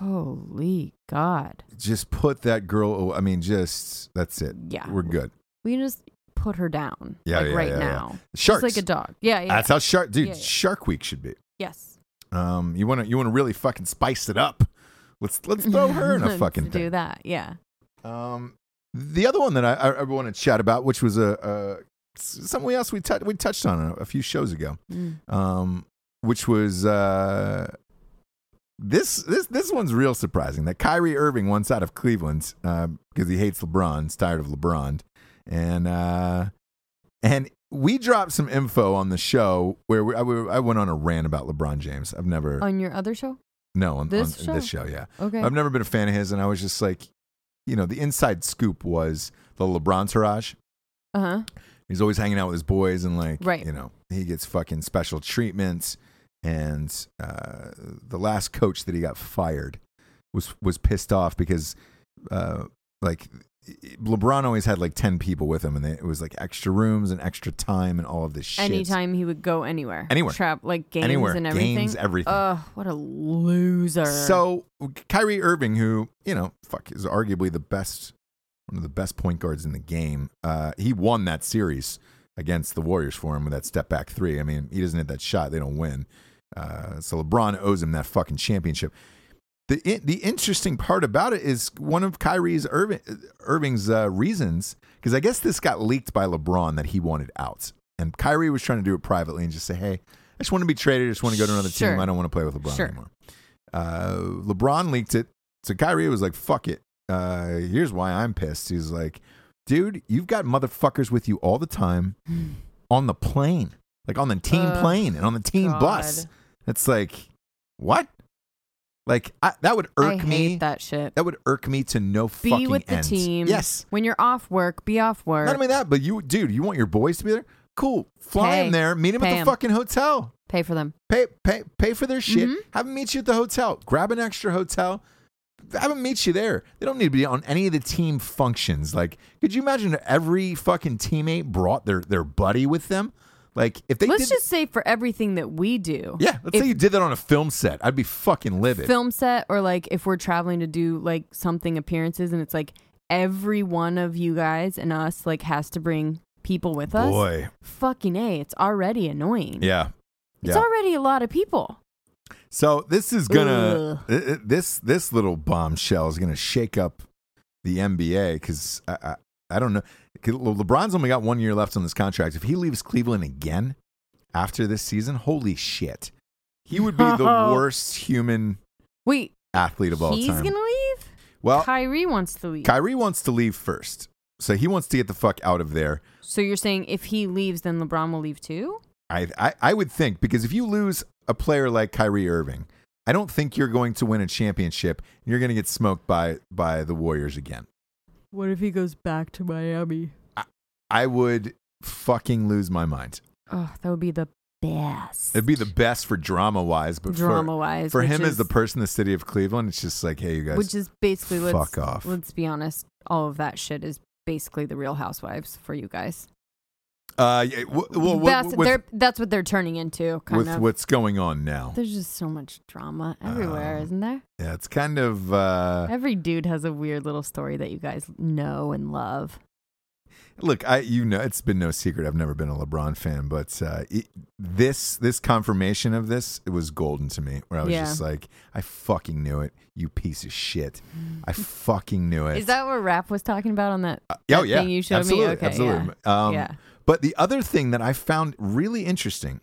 [SPEAKER 2] holy god,
[SPEAKER 1] Just put that girl. aw- I mean, just that's it.
[SPEAKER 2] Yeah.
[SPEAKER 1] we're good.
[SPEAKER 2] we can just put her down.
[SPEAKER 1] Yeah,
[SPEAKER 2] like
[SPEAKER 1] yeah,
[SPEAKER 2] right
[SPEAKER 1] yeah, yeah.
[SPEAKER 2] now,
[SPEAKER 1] Sharks.
[SPEAKER 2] just like a dog. Yeah, yeah.
[SPEAKER 1] That's how shark, dude.
[SPEAKER 2] Yeah, yeah.
[SPEAKER 1] Shark Week should be.
[SPEAKER 2] yes.
[SPEAKER 1] Um, you want to you want to really fucking spice it up. Let's let's throw her in a fucking
[SPEAKER 2] to do
[SPEAKER 1] thing.
[SPEAKER 2] that. Yeah,
[SPEAKER 1] Um, the other one that I, I, I want to chat about, which was a, a something else we tou- we touched on a, a few shows ago.
[SPEAKER 2] Mm.
[SPEAKER 1] Um, which was uh, this this this one's real surprising that Kyrie Irving wants out of Cleveland because he hates LeBron, he's tired of LeBron, and uh, and we dropped some info on the show where we, I, we- I went on a rant about LeBron James. I've never
[SPEAKER 2] on your other show.
[SPEAKER 1] no, on
[SPEAKER 2] This
[SPEAKER 1] on this show, yeah.
[SPEAKER 2] Okay,
[SPEAKER 1] I've never been a fan of his, and I was just like, you know, the inside scoop was the LeBron Taraj.
[SPEAKER 2] uh huh.
[SPEAKER 1] He's always hanging out with his boys, and like,
[SPEAKER 2] Right.
[SPEAKER 1] you know, he gets fucking special treatments. And uh, the last coach that he got fired was was pissed off because, uh, like, LeBron always had like ten people with him, and they, it was like extra rooms and extra time and all of this shit.
[SPEAKER 2] Anytime he would go anywhere,
[SPEAKER 1] Anywhere.
[SPEAKER 2] trap like games
[SPEAKER 1] Anywhere.
[SPEAKER 2] and everything.
[SPEAKER 1] Games, everything.
[SPEAKER 2] Ugh, what a loser.
[SPEAKER 1] So Kyrie Irving, who you know, fuck, is arguably the best, one of the best point guards in the game. Uh, he won that series against the Warriors for him with that step back three. I mean, he doesn't hit that shot, they don't win. Uh, so LeBron owes him that fucking championship. The in- the interesting part about it is one of Kyrie's Irving, Irving's uh, reasons because I guess this got leaked by LeBron that he wanted out, and Kyrie was trying to do it privately and just say, "Hey, I just want to be traded. I just want to go to another
[SPEAKER 2] Sure.
[SPEAKER 1] team. I don't want to play with LeBron
[SPEAKER 2] Sure.
[SPEAKER 1] anymore." Uh, LeBron leaked it, so Kyrie was like, "Fuck it. Uh, here's why I'm pissed." He's like, "Dude, you've got motherfuckers with you all the time on the plane." like on the team
[SPEAKER 2] Ugh,
[SPEAKER 1] plane and on the team bus.
[SPEAKER 2] God.
[SPEAKER 1] It's like, what? Like I, that would irk
[SPEAKER 2] I
[SPEAKER 1] me.
[SPEAKER 2] hate that shit.
[SPEAKER 1] That would irk me to no
[SPEAKER 2] Be
[SPEAKER 1] fucking
[SPEAKER 2] with the
[SPEAKER 1] end.
[SPEAKER 2] team.
[SPEAKER 1] Yes.
[SPEAKER 2] When you're off work, be off work.
[SPEAKER 1] Not only that, but you, dude, you want your boys to be there? Cool. Fly
[SPEAKER 2] Pay.
[SPEAKER 1] them there. Meet them at
[SPEAKER 2] Pay
[SPEAKER 1] the
[SPEAKER 2] 'em.
[SPEAKER 1] fucking hotel.
[SPEAKER 2] Pay for them.
[SPEAKER 1] Pay, pay, pay for their shit.
[SPEAKER 2] Mm-hmm.
[SPEAKER 1] Have them meet you at the hotel. Grab an extra hotel. Have them meet you there. They don't need to be on any of the team functions. Like, could you imagine if every fucking teammate brought their their buddy with them? Like, if they
[SPEAKER 2] Let's
[SPEAKER 1] did,
[SPEAKER 2] just say for everything that we do.
[SPEAKER 1] yeah, let's
[SPEAKER 2] if
[SPEAKER 1] say you did that on a film set, I'd be fucking livid.
[SPEAKER 2] film set or like if we're traveling to do like something appearances and it's like every one of you guys and us like has to bring people with us.
[SPEAKER 1] Boy,
[SPEAKER 2] Fucking A, it's already annoying.
[SPEAKER 1] yeah,
[SPEAKER 2] It's
[SPEAKER 1] yeah.
[SPEAKER 2] already a lot of people.
[SPEAKER 1] So this is gonna th- th- this this little bombshell is gonna shake up the NBA because I, I I don't know 'cause Le- LeBron's only got one year left on this contract. If he leaves Cleveland again after this season, holy shit, he would be the
[SPEAKER 2] No.
[SPEAKER 1] worst human
[SPEAKER 2] Wait,
[SPEAKER 1] athlete of all
[SPEAKER 2] he's
[SPEAKER 1] time. Uh,
[SPEAKER 2] gonna leave?
[SPEAKER 1] well,
[SPEAKER 2] Kyrie wants to leave.
[SPEAKER 1] Kyrie wants to leave first, so he wants to get the fuck out of there.
[SPEAKER 2] so you're saying if he leaves, then LeBron will leave too?
[SPEAKER 1] I, I I would think because if you lose a player like Kyrie Irving, I don't think you're going to win a championship. You're going to get smoked by by the Warriors again.
[SPEAKER 2] What if he goes back to Miami?
[SPEAKER 1] I would fucking lose my mind.
[SPEAKER 2] Oh, that would be the best.
[SPEAKER 1] It'd be the best for drama wise, but
[SPEAKER 2] drama wise.
[SPEAKER 1] for, for him as the person in the city of Cleveland, it's just like, hey, you guys,
[SPEAKER 2] which is basically let's
[SPEAKER 1] fuck off.
[SPEAKER 2] let's be honest, all of that shit is basically the Real Housewives for you guys.
[SPEAKER 1] uh, yeah, w- well, w-
[SPEAKER 2] that's,
[SPEAKER 1] with,
[SPEAKER 2] they're, that's what they're turning into, kind
[SPEAKER 1] with
[SPEAKER 2] of.
[SPEAKER 1] what's going on now,
[SPEAKER 2] There's just so much drama everywhere,
[SPEAKER 1] Um,
[SPEAKER 2] isn't there?
[SPEAKER 1] yeah, it's kind of uh,
[SPEAKER 2] Every dude has a weird little story that you guys know and love.
[SPEAKER 1] Look, I you know it's been no secret. I've never been a LeBron fan, but uh, it, this this confirmation of this it was golden to me. Where I was
[SPEAKER 2] Yeah.
[SPEAKER 1] just like, I fucking knew it, you piece of shit. I fucking knew it.
[SPEAKER 2] Is that what Raph was talking about on that?
[SPEAKER 1] Uh, oh
[SPEAKER 2] that
[SPEAKER 1] yeah,
[SPEAKER 2] thing you showed me?
[SPEAKER 1] absolutely,
[SPEAKER 2] Okay,
[SPEAKER 1] absolutely. Um,
[SPEAKER 2] yeah.
[SPEAKER 1] But the other thing that I found really interesting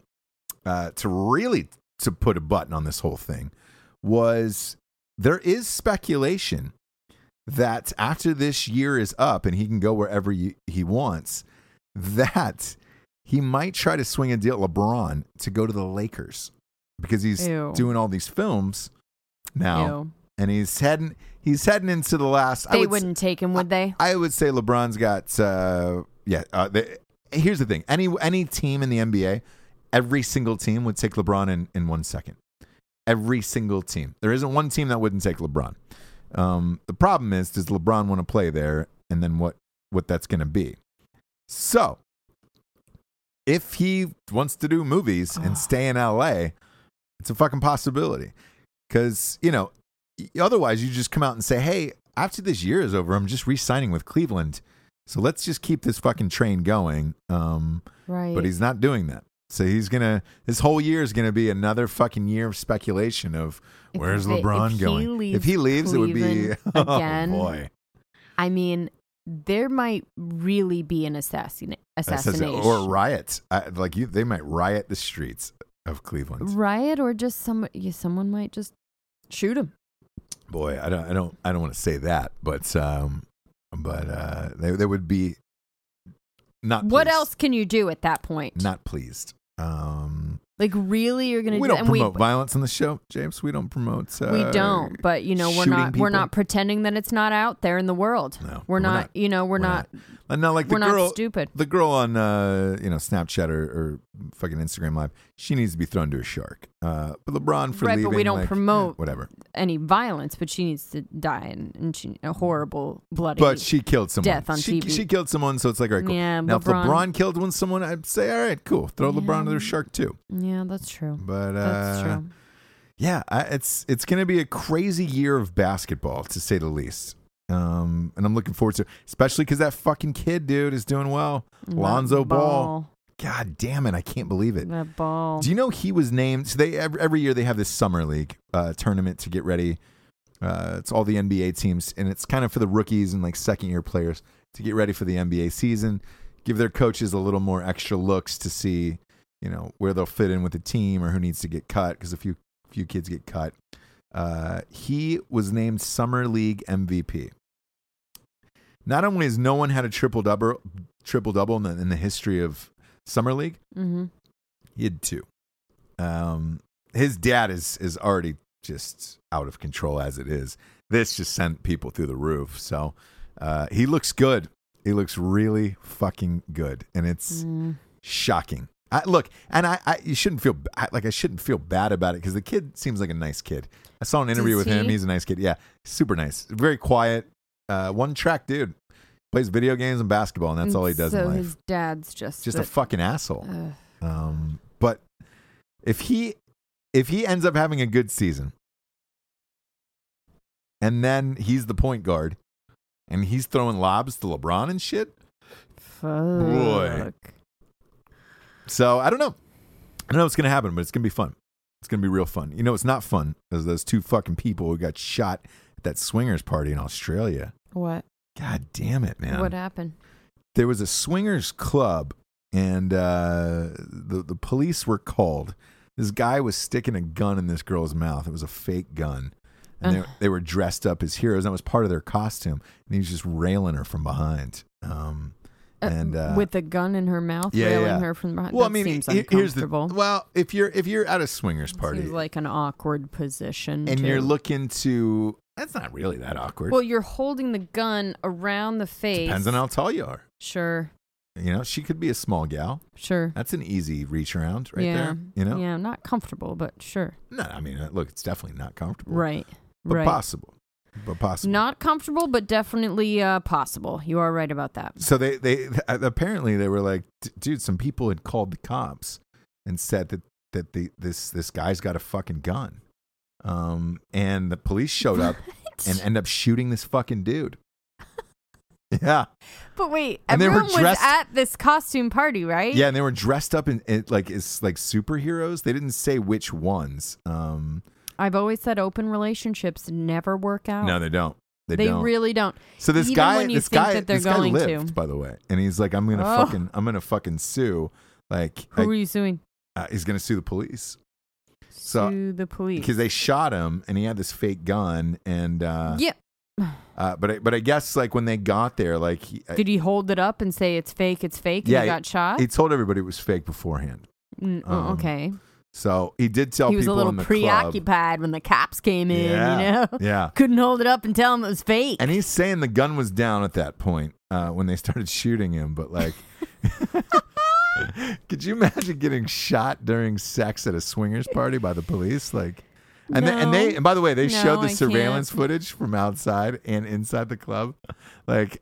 [SPEAKER 1] uh, to really to put a button on this whole thing was there is speculation that after this year is up and he can go wherever you, he wants, that he might try to swing a deal at LeBron to go to the Lakers because he's
[SPEAKER 2] Ew.
[SPEAKER 1] doing all these films now
[SPEAKER 2] Ew.
[SPEAKER 1] and he's heading he's heading into the last. I
[SPEAKER 2] They
[SPEAKER 1] would s-
[SPEAKER 2] would not take him, would they?
[SPEAKER 1] I would say LeBron's got uh, yeah. Uh, the, here's the thing: any any team in the NBA, every single team would take LeBron in in one second. Every single team. There isn't one team that wouldn't take LeBron. Um, the problem is, does LeBron want to play there, and then what what that's going to be? So, if he wants to do movies and stay in LA, it's a fucking possibility. Because you know, otherwise you just come out and say, "Hey, after this year is over, I'm just re-signing with Cleveland, so let's just keep this fucking train going." Um,
[SPEAKER 2] Right.
[SPEAKER 1] but he's not doing that. So he's gonna. This whole year is gonna be another fucking year of speculation of
[SPEAKER 2] If
[SPEAKER 1] where's
[SPEAKER 2] they- if
[SPEAKER 1] LeBron
[SPEAKER 2] he
[SPEAKER 1] going.
[SPEAKER 2] leaves
[SPEAKER 1] if he leaves, it
[SPEAKER 2] Cleveland
[SPEAKER 1] would be
[SPEAKER 2] again,
[SPEAKER 1] Oh boy,
[SPEAKER 2] I mean, there might really be an assassin
[SPEAKER 1] That says it.
[SPEAKER 2] assassination
[SPEAKER 1] or riots. I, like you, they might riot the streets of Cleveland.
[SPEAKER 2] riot or just some yeah, someone might just shoot him.
[SPEAKER 1] Boy, I don't, I don't, I don't want to say that, but um, but uh, they they would be not.
[SPEAKER 2] What
[SPEAKER 1] pleased.
[SPEAKER 2] else can you do at that point?
[SPEAKER 1] Not pleased. Um,
[SPEAKER 2] like really, you're gonna
[SPEAKER 1] we
[SPEAKER 2] do
[SPEAKER 1] don't
[SPEAKER 2] and we
[SPEAKER 1] promote violence on the show, James. We don't promote. Uh,
[SPEAKER 2] we don't, but you know we're
[SPEAKER 1] shooting
[SPEAKER 2] not we're
[SPEAKER 1] people.
[SPEAKER 2] not pretending that it's not out there in the world.
[SPEAKER 1] No,
[SPEAKER 2] we're,
[SPEAKER 1] we're
[SPEAKER 2] not,
[SPEAKER 1] not.
[SPEAKER 2] You know we're, not.
[SPEAKER 1] And not like the
[SPEAKER 2] we're not
[SPEAKER 1] girl,
[SPEAKER 2] stupid.
[SPEAKER 1] The girl on uh, you know Snapchat or, or fucking Instagram Live, she needs to be thrown to a shark. Uh, but LeBron for
[SPEAKER 2] Right, but
[SPEAKER 1] leaving,
[SPEAKER 2] we don't
[SPEAKER 1] like,
[SPEAKER 2] promote
[SPEAKER 1] whatever.
[SPEAKER 2] any violence, but she needs to die and, and she a horrible bloody.
[SPEAKER 1] But she killed someone.
[SPEAKER 2] Death on
[SPEAKER 1] she,
[SPEAKER 2] TV.
[SPEAKER 1] she killed someone, so it's like all right, cool.
[SPEAKER 2] Yeah,
[SPEAKER 1] now
[SPEAKER 2] LeBron-
[SPEAKER 1] if LeBron killed one someone, I'd say all right, cool. Throw
[SPEAKER 2] Yeah.
[SPEAKER 1] LeBron to the shark too.
[SPEAKER 2] yeah, that's true.
[SPEAKER 1] But uh,
[SPEAKER 2] That's true.
[SPEAKER 1] Yeah, I, it's it's going to be a crazy year of basketball to say the least. Um, and I'm looking forward to, it, especially because that fucking kid dude is doing well, Lonzo Ball. God damn it, I can't believe it.
[SPEAKER 2] That ball.
[SPEAKER 1] Do you know he was named? So they every, every year they have this summer league uh, tournament to get ready. Uh, it's all the NBA teams, and it's kind of for the rookies and like second year players to get ready for the NBA season. Give their coaches a little more extra looks to see, you know, where they'll fit in with the team or who needs to get cut because a few few kids get cut. Uh, he was named summer league MVP. Not only has no one had a triple double triple double in the, in the history of summer league,
[SPEAKER 2] mm-hmm.
[SPEAKER 1] He had two. Um, his dad is is already just out of control as it is. This just sent people through the roof. So uh, he looks good. He looks really fucking good, and it's
[SPEAKER 2] Mm. Mm-hmm.
[SPEAKER 1] shocking. I, look, and I, I you shouldn't feel b- I, like I shouldn't feel bad about it because the kid seems like a nice kid. I saw an interview
[SPEAKER 2] Does
[SPEAKER 1] with him.
[SPEAKER 2] he?
[SPEAKER 1] He's a nice kid. Yeah, super nice, very quiet, uh, one track dude. Plays video games and basketball, and that's all he does
[SPEAKER 2] So
[SPEAKER 1] in life.
[SPEAKER 2] his dad's just
[SPEAKER 1] just
[SPEAKER 2] the,
[SPEAKER 1] a fucking asshole.
[SPEAKER 2] Ugh.
[SPEAKER 1] Um, but if he if he ends up having a good season, and then he's the point guard, and he's throwing lobs to LeBron and shit. Boy.
[SPEAKER 2] fuck.
[SPEAKER 1] So I don't know. I don't know what's gonna happen, but it's gonna be fun. It's gonna be real fun. You know, it's not fun is those two fucking people who got shot at that swingers party in Australia.
[SPEAKER 2] What?
[SPEAKER 1] God damn it, man!
[SPEAKER 2] What happened?
[SPEAKER 1] there was a swingers club and uh, the, the police were called. This guy was sticking a gun in this girl's mouth. It was a fake gun. And they,
[SPEAKER 2] Ugh.
[SPEAKER 1] they were dressed up as heroes. That was part of their costume. And he was just railing her from behind. Um, and uh,
[SPEAKER 2] with a gun in her mouth,
[SPEAKER 1] yeah,
[SPEAKER 2] railing
[SPEAKER 1] yeah.
[SPEAKER 2] her from behind.
[SPEAKER 1] well,
[SPEAKER 2] that
[SPEAKER 1] I mean,
[SPEAKER 2] seems
[SPEAKER 1] he- here's the
[SPEAKER 2] uncomfortable.
[SPEAKER 1] well, if you're if you're at a swingers party
[SPEAKER 2] Seems like an awkward position.
[SPEAKER 1] and you're
[SPEAKER 2] too.
[SPEAKER 1] looking to, that's not really that awkward.
[SPEAKER 2] Well, you're holding the gun around the face.
[SPEAKER 1] Depends on how tall you are.
[SPEAKER 2] Sure,
[SPEAKER 1] You know, she could be a small gal.
[SPEAKER 2] sure.
[SPEAKER 1] That's an easy reach around right
[SPEAKER 2] yeah.
[SPEAKER 1] there. You know,
[SPEAKER 2] Yeah, not comfortable, but sure.
[SPEAKER 1] No, I mean, uh, look, it's definitely not comfortable.
[SPEAKER 2] Right.
[SPEAKER 1] But
[SPEAKER 2] right.
[SPEAKER 1] possible. But possible.
[SPEAKER 2] Not comfortable, but definitely uh, possible. You are right about that.
[SPEAKER 1] So they, they th- apparently they were like, "D- dude, some people had called the cops and said that that the this this guy's got a fucking gun. Um, and the police showed up and end up shooting this fucking dude. Yeah.
[SPEAKER 2] But wait,
[SPEAKER 1] And they were
[SPEAKER 2] everyone
[SPEAKER 1] dressed-
[SPEAKER 2] was at this costume party, right?
[SPEAKER 1] Yeah, and they were dressed up in, in like as like superheroes. They didn't say which ones. Um,
[SPEAKER 2] I've always said open relationships never work out.
[SPEAKER 1] no, they don't. They,
[SPEAKER 2] Oh. they
[SPEAKER 1] don't.
[SPEAKER 2] really don't.
[SPEAKER 1] So this
[SPEAKER 2] Even
[SPEAKER 1] guy,
[SPEAKER 2] when you
[SPEAKER 1] this
[SPEAKER 2] think
[SPEAKER 1] guy,
[SPEAKER 2] that they're
[SPEAKER 1] this
[SPEAKER 2] going
[SPEAKER 1] guy lived,
[SPEAKER 2] to.
[SPEAKER 1] by the way, and he's like, "I'm gonna
[SPEAKER 2] Oh.
[SPEAKER 1] fucking, I'm gonna fucking sue." Like,
[SPEAKER 2] Who
[SPEAKER 1] like,
[SPEAKER 2] are you suing?
[SPEAKER 1] uh, he's gonna sue the police So-
[SPEAKER 2] Sue the police.
[SPEAKER 1] because they shot him, and he had this fake gun, and uh,
[SPEAKER 2] yeah.
[SPEAKER 1] uh, but I, but I guess like when they got there, like, he, I-
[SPEAKER 2] Did he hold it up and say it's fake? It's fake. And
[SPEAKER 1] Yeah,
[SPEAKER 2] you got shot.
[SPEAKER 1] he told everybody it was fake beforehand.
[SPEAKER 2] Mm, oh,
[SPEAKER 1] um,
[SPEAKER 2] okay.
[SPEAKER 1] So he did tell
[SPEAKER 2] He was a
[SPEAKER 1] people
[SPEAKER 2] little
[SPEAKER 1] in the club,
[SPEAKER 2] preoccupied when the cops came in. You
[SPEAKER 1] Yeah.
[SPEAKER 2] know,
[SPEAKER 1] yeah.
[SPEAKER 2] couldn't hold it up and tell him it was fake.
[SPEAKER 1] And he's saying the gun was down at that point uh, when they started shooting him, but like. Could you imagine getting shot during sex at a swingers party by the police? Like, and they, and they
[SPEAKER 2] No.
[SPEAKER 1] and by the way, they
[SPEAKER 2] No,
[SPEAKER 1] showed the
[SPEAKER 2] I can't.
[SPEAKER 1] surveillance footage from outside and inside the club. Like,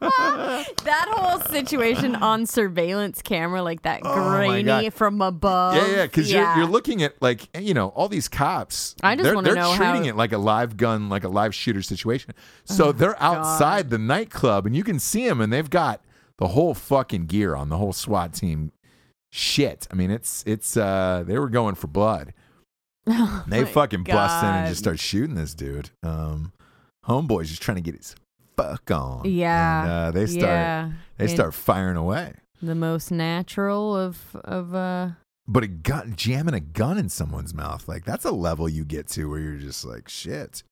[SPEAKER 2] that whole situation on surveillance camera, like that
[SPEAKER 1] Oh, my
[SPEAKER 2] grainy
[SPEAKER 1] God.
[SPEAKER 2] from above.
[SPEAKER 1] yeah, yeah, because
[SPEAKER 2] Um, Yeah.
[SPEAKER 1] you're you're looking at like eh, you know all these cops.
[SPEAKER 2] I just
[SPEAKER 1] they're,
[SPEAKER 2] wanna
[SPEAKER 1] they're
[SPEAKER 2] know how- Oh
[SPEAKER 1] treating it like a live gun, like a live shooter situation. So they're outside the nightclub, and you can see them, and they've got the whole fucking gear on the whole SWAT team. Shit, I mean, it's it's uh they were going for blood.
[SPEAKER 2] Oh
[SPEAKER 1] And they
[SPEAKER 2] my
[SPEAKER 1] fucking bust in and
[SPEAKER 2] God.
[SPEAKER 1] just start shooting this dude. Um, homeboy's just trying to get his fuck on.
[SPEAKER 2] Yeah.
[SPEAKER 1] And, uh, they start
[SPEAKER 2] Yeah.
[SPEAKER 1] they
[SPEAKER 2] And
[SPEAKER 1] start firing away.
[SPEAKER 2] the most natural of of uh
[SPEAKER 1] But a gun jamming a gun in someone's mouth, like that's a level you get to where you're just like, shit.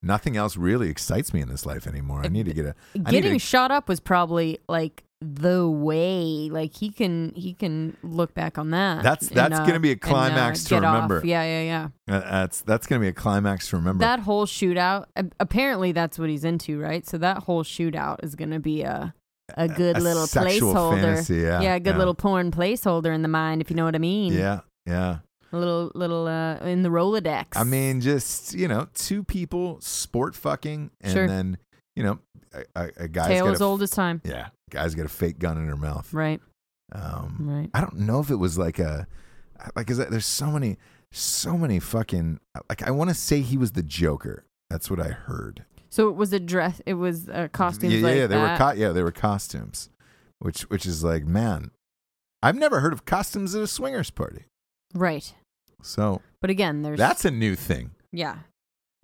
[SPEAKER 1] Nothing else really excites me in this life anymore. I need to get a I need
[SPEAKER 2] getting
[SPEAKER 1] to-
[SPEAKER 2] shot up was probably like the way like he can he can look back on that
[SPEAKER 1] That's-
[SPEAKER 2] and,
[SPEAKER 1] that's
[SPEAKER 2] uh,
[SPEAKER 1] gonna be a
[SPEAKER 2] and, uh,
[SPEAKER 1] climax to
[SPEAKER 2] get off.
[SPEAKER 1] remember.
[SPEAKER 2] yeah yeah yeah
[SPEAKER 1] uh, that's that's gonna be a climax to remember.
[SPEAKER 2] that whole shootout a- apparently that's what he's into right so that whole shootout is gonna be a a good
[SPEAKER 1] a
[SPEAKER 2] little
[SPEAKER 1] sexual
[SPEAKER 2] placeholder
[SPEAKER 1] fantasy, yeah,
[SPEAKER 2] a good
[SPEAKER 1] yeah.
[SPEAKER 2] little porn placeholder in the mind if you know what i mean
[SPEAKER 1] yeah, yeah.
[SPEAKER 2] a little little uh in the rolodex
[SPEAKER 1] I mean, just you know, two people sport fucking, and
[SPEAKER 2] Sure.
[SPEAKER 1] then you know, a, a, a guy's
[SPEAKER 2] tale
[SPEAKER 1] got
[SPEAKER 2] as
[SPEAKER 1] a,
[SPEAKER 2] old as time
[SPEAKER 1] Yeah, guy's got a fake gun in her mouth.
[SPEAKER 2] right
[SPEAKER 1] Um,
[SPEAKER 2] right
[SPEAKER 1] I don't know if it was like a like is that there's so many so many fucking like I want to say he was the Joker. That's what I heard.
[SPEAKER 2] so it was a dress it was uh, costumes
[SPEAKER 1] yeah, yeah,
[SPEAKER 2] like
[SPEAKER 1] yeah, they were
[SPEAKER 2] that.
[SPEAKER 1] co- yeah, they were costumes, which which is like man, I've never heard of costumes at a swingers party.
[SPEAKER 2] right
[SPEAKER 1] So
[SPEAKER 2] but again there's
[SPEAKER 1] that's a new thing.
[SPEAKER 2] yeah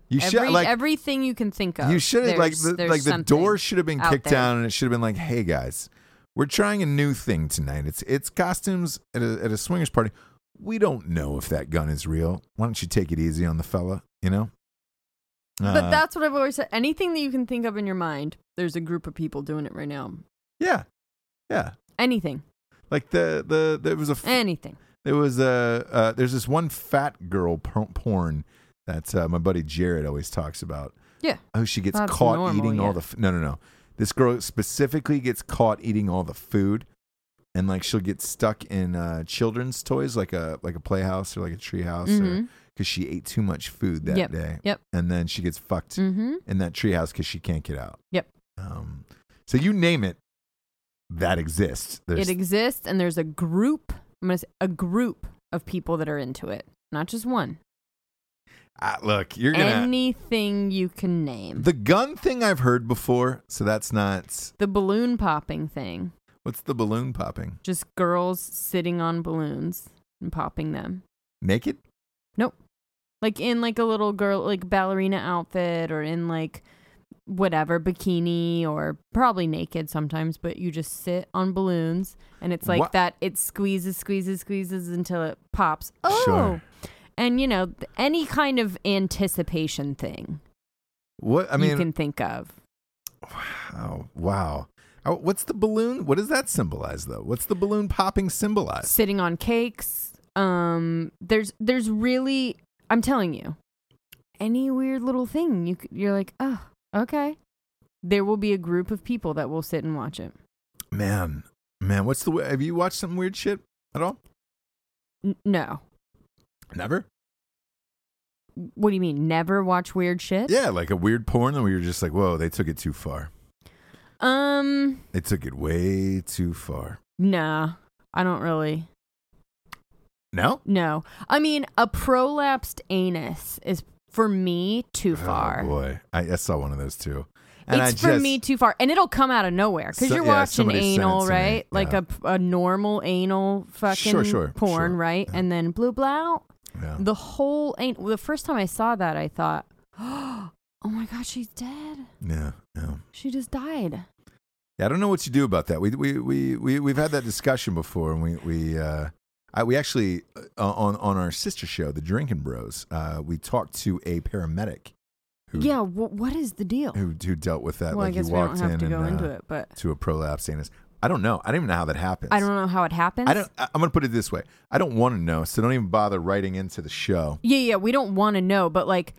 [SPEAKER 1] You
[SPEAKER 2] Every,
[SPEAKER 1] should like
[SPEAKER 2] everything you can think of
[SPEAKER 1] You should have like
[SPEAKER 2] There's-
[SPEAKER 1] the,
[SPEAKER 2] there's
[SPEAKER 1] like the
[SPEAKER 2] something.
[SPEAKER 1] door should have been
[SPEAKER 2] out
[SPEAKER 1] kicked
[SPEAKER 2] there.
[SPEAKER 1] down and it should have been like, "Hey guys, we're trying a new thing tonight. It's it's costumes at a at a swingers party. We don't know if that gun is real. Why don't you take it easy on the fella, you know?"
[SPEAKER 2] but
[SPEAKER 1] Uh,
[SPEAKER 2] that's what I've always said. Anything that you can think of in your mind, there's a group of people doing it right now.
[SPEAKER 1] Yeah. Yeah.
[SPEAKER 2] Anything.
[SPEAKER 1] Like the the there was a f-
[SPEAKER 2] Anything.
[SPEAKER 1] there was a uh, there's this one fat girl por- porn that uh, my buddy Jared always talks about.
[SPEAKER 2] Yeah.
[SPEAKER 1] Oh, she gets
[SPEAKER 2] That's
[SPEAKER 1] caught
[SPEAKER 2] normal,
[SPEAKER 1] eating all
[SPEAKER 2] yeah.
[SPEAKER 1] the f- no no no. This girl specifically gets caught eating all the food, and like she'll get stuck in uh, children's toys like a like a playhouse or like a treehouse
[SPEAKER 2] Mhm.
[SPEAKER 1] because she ate too much food that
[SPEAKER 2] Yep.
[SPEAKER 1] day.
[SPEAKER 2] Yep.
[SPEAKER 1] And then she gets fucked
[SPEAKER 2] Mm-hmm.
[SPEAKER 1] in that treehouse because she can't get out.
[SPEAKER 2] Yep.
[SPEAKER 1] Um, so you name it, that exists. There's
[SPEAKER 2] It exists, and there's a group. I'm gonna say a group of people that are into it, not just one.
[SPEAKER 1] Ah, look, you're gonna
[SPEAKER 2] Anything you can name.
[SPEAKER 1] the
[SPEAKER 2] The,
[SPEAKER 1] gun thing I've heard before. So that's not
[SPEAKER 2] balloon popping thing.
[SPEAKER 1] what's the balloon popping
[SPEAKER 2] Just girls sitting on balloons and popping them,
[SPEAKER 1] naked.
[SPEAKER 2] like in like a little girl like ballerina outfit or in like whatever bikini or probably naked sometimes but you just sit on balloons and it's like
[SPEAKER 1] What-
[SPEAKER 2] that it squeezes squeezes squeezes until it pops oh
[SPEAKER 1] Sure.
[SPEAKER 2] and you know th- any kind of anticipation thing
[SPEAKER 1] What I
[SPEAKER 2] you
[SPEAKER 1] mean,
[SPEAKER 2] can think of
[SPEAKER 1] wow, wow. Oh, What's the balloon? What does that symbolize though? What's the balloon popping symbolize?
[SPEAKER 2] sitting on cakes um there's there's really i'm telling you any weird little thing you c- you're like oh okay there will be a group of people that will sit and watch it
[SPEAKER 1] Man, man, what's the? Have you watched some weird shit at all?
[SPEAKER 2] N- no
[SPEAKER 1] Never.
[SPEAKER 2] what do you mean never watch weird shit
[SPEAKER 1] Yeah, like a weird porn that we were just like, whoa, they took it too far.
[SPEAKER 2] um
[SPEAKER 1] They took it way too far.
[SPEAKER 2] nah i don't really
[SPEAKER 1] No.
[SPEAKER 2] no i mean a prolapsed anus is for me too far
[SPEAKER 1] Oh boy, I, I saw one of those too. And
[SPEAKER 2] it's
[SPEAKER 1] I
[SPEAKER 2] for
[SPEAKER 1] just,
[SPEAKER 2] me too far, and it'll come out of nowhere because
[SPEAKER 1] So-
[SPEAKER 2] you're
[SPEAKER 1] yeah,
[SPEAKER 2] watching
[SPEAKER 1] somebody sent it
[SPEAKER 2] anal,
[SPEAKER 1] to me.
[SPEAKER 2] right? Like
[SPEAKER 1] Yeah.
[SPEAKER 2] a, a normal anal fucking
[SPEAKER 1] Sure, sure,
[SPEAKER 2] porn,
[SPEAKER 1] sure.
[SPEAKER 2] right? And then blue blow
[SPEAKER 1] Yeah.
[SPEAKER 2] the whole anal. the first time I saw that, I thought, oh my god, she's dead.
[SPEAKER 1] yeah, yeah.
[SPEAKER 2] She just died.
[SPEAKER 1] Yeah, I don't know what you do about that. We we we we we've had that discussion before, and we we uh, I, we actually uh, on on our sister show, the Drinking Bros, uh, we talked to a paramedic who
[SPEAKER 2] Yeah, wh- what is the deal?
[SPEAKER 1] who who dealt with that.
[SPEAKER 2] well,
[SPEAKER 1] like
[SPEAKER 2] I guess
[SPEAKER 1] he
[SPEAKER 2] we
[SPEAKER 1] walked
[SPEAKER 2] don't have
[SPEAKER 1] in and,
[SPEAKER 2] to go
[SPEAKER 1] uh,
[SPEAKER 2] into it, but
[SPEAKER 1] to a prolapse anus. I don't know. I don't even know how that happens.
[SPEAKER 2] I don't know how it happens.
[SPEAKER 1] I don't. I- I'm gonna put it this way. I don't want to know, so don't even bother writing into the show.
[SPEAKER 2] Yeah, yeah, we don't want to know, but like,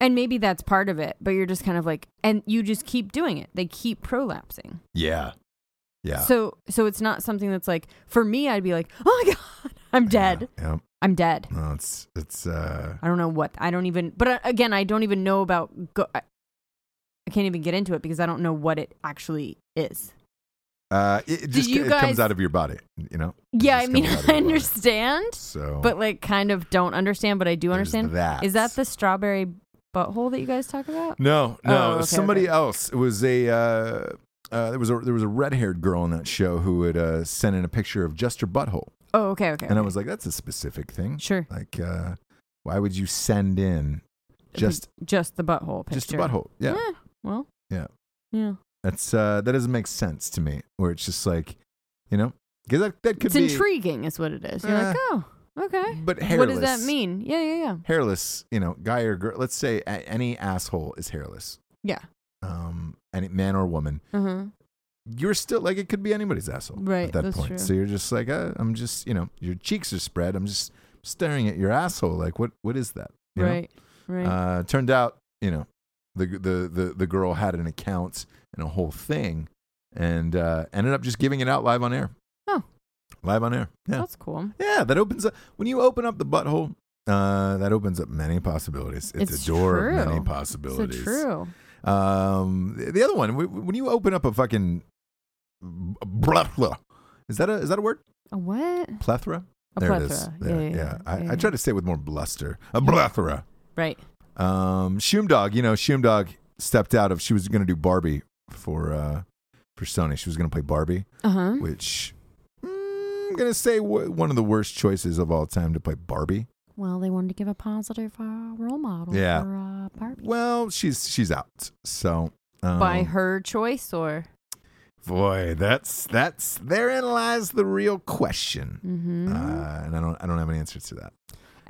[SPEAKER 2] and maybe that's part of it. But you're just kind of like, and you just keep doing it. They keep prolapsing.
[SPEAKER 1] Yeah, yeah.
[SPEAKER 2] So so it's not something that's like for me I'd be like, "Oh my god, I'm dead.
[SPEAKER 1] Yeah, yeah.
[SPEAKER 2] I'm dead."
[SPEAKER 1] No, it's it's. uh
[SPEAKER 2] I don't know what. I don't even but uh, again, I don't even know about go- I, I can't even get into it because I don't know what it actually is.
[SPEAKER 1] uh, it, it just
[SPEAKER 2] you
[SPEAKER 1] it comes
[SPEAKER 2] guys-
[SPEAKER 1] out of your body, you know. It
[SPEAKER 2] Yeah, I
[SPEAKER 1] just
[SPEAKER 2] mean,
[SPEAKER 1] comes out of
[SPEAKER 2] I
[SPEAKER 1] your body.
[SPEAKER 2] understand,
[SPEAKER 1] So,
[SPEAKER 2] but like kind of don't understand, but I do
[SPEAKER 1] There's
[SPEAKER 2] understand.
[SPEAKER 1] that.
[SPEAKER 2] Is that the strawberry butthole that you guys talk about?
[SPEAKER 1] No, no.
[SPEAKER 2] Oh, okay,
[SPEAKER 1] somebody
[SPEAKER 2] okay.
[SPEAKER 1] else. It was a uh, uh, there was a there was a red haired girl on that show who had uh, sent in a picture of just her butthole,
[SPEAKER 2] Oh, okay, okay.
[SPEAKER 1] Mm-hmm. and I
[SPEAKER 2] okay.
[SPEAKER 1] was like, that's a specific thing.
[SPEAKER 2] Sure.
[SPEAKER 1] Like, uh, why would you send in just
[SPEAKER 2] Just the butthole picture.
[SPEAKER 1] just a butthole? Yeah,
[SPEAKER 2] Eh, well.
[SPEAKER 1] Yeah.
[SPEAKER 2] Yeah.
[SPEAKER 1] that's uh, that doesn't make sense to me. Where it's just like, you know, because that that could
[SPEAKER 2] It's
[SPEAKER 1] be Eh.
[SPEAKER 2] intriguing is what it is. You're like, "Oh, okay."
[SPEAKER 1] but
[SPEAKER 2] What
[SPEAKER 1] hairless.
[SPEAKER 2] does that mean? Yeah, yeah, yeah.
[SPEAKER 1] Hairless, you know, guy or girl. Let's say a- any asshole is hairless.
[SPEAKER 2] Yeah.
[SPEAKER 1] Um, any man or woman.
[SPEAKER 2] Uh-huh.
[SPEAKER 1] you're still like it could be anybody's asshole
[SPEAKER 2] Right,
[SPEAKER 1] at that
[SPEAKER 2] that's
[SPEAKER 1] point.
[SPEAKER 2] true.
[SPEAKER 1] So you're just like, uh, I'm just, you know, your cheeks are spread. I'm just staring at your asshole. Like, what, what is that? You know?
[SPEAKER 2] Right. Right.
[SPEAKER 1] Uh, turned out, you know, the the the the girl had an account and a whole thing, and uh, ended up just giving it out live on air.
[SPEAKER 2] Oh.
[SPEAKER 1] live on air. Yeah,
[SPEAKER 2] That's cool.
[SPEAKER 1] yeah. That opens up when you open up the butthole. Uh, that opens up many possibilities. It's,
[SPEAKER 2] It's
[SPEAKER 1] a door
[SPEAKER 2] true.
[SPEAKER 1] of many
[SPEAKER 2] It's a So
[SPEAKER 1] possibilities.
[SPEAKER 2] true.
[SPEAKER 1] Um, the the other one, wh- wh- when you open up a fucking blah, blah, is that a is that a word?
[SPEAKER 2] A what?
[SPEAKER 1] Plethora.
[SPEAKER 2] A
[SPEAKER 1] there it
[SPEAKER 2] plethora.
[SPEAKER 1] is.
[SPEAKER 2] Yeah,
[SPEAKER 1] There,
[SPEAKER 2] yeah, yeah.
[SPEAKER 1] I,
[SPEAKER 2] Yeah,
[SPEAKER 1] I try
[SPEAKER 2] yeah.
[SPEAKER 1] to say it with more bluster. A plethora.
[SPEAKER 2] Right.
[SPEAKER 1] Um, Shoomdog. You know, Shoomdog stepped out of. She was going to do Barbie for uh for Sony. She was going to play Barbie,
[SPEAKER 2] Uh huh.
[SPEAKER 1] which mm, I'm going to say w- one of the worst choices of all time to play Barbie.
[SPEAKER 2] Well, they wanted to give a positive uh, role model
[SPEAKER 1] Yeah.
[SPEAKER 2] for uh, Barbie.
[SPEAKER 1] Well, she's she's out. So um,
[SPEAKER 2] By her choice or?
[SPEAKER 1] Boy, that's that's therein lies the real question.
[SPEAKER 2] Mm-hmm.
[SPEAKER 1] Uh, and I don't I don't have an answer to that.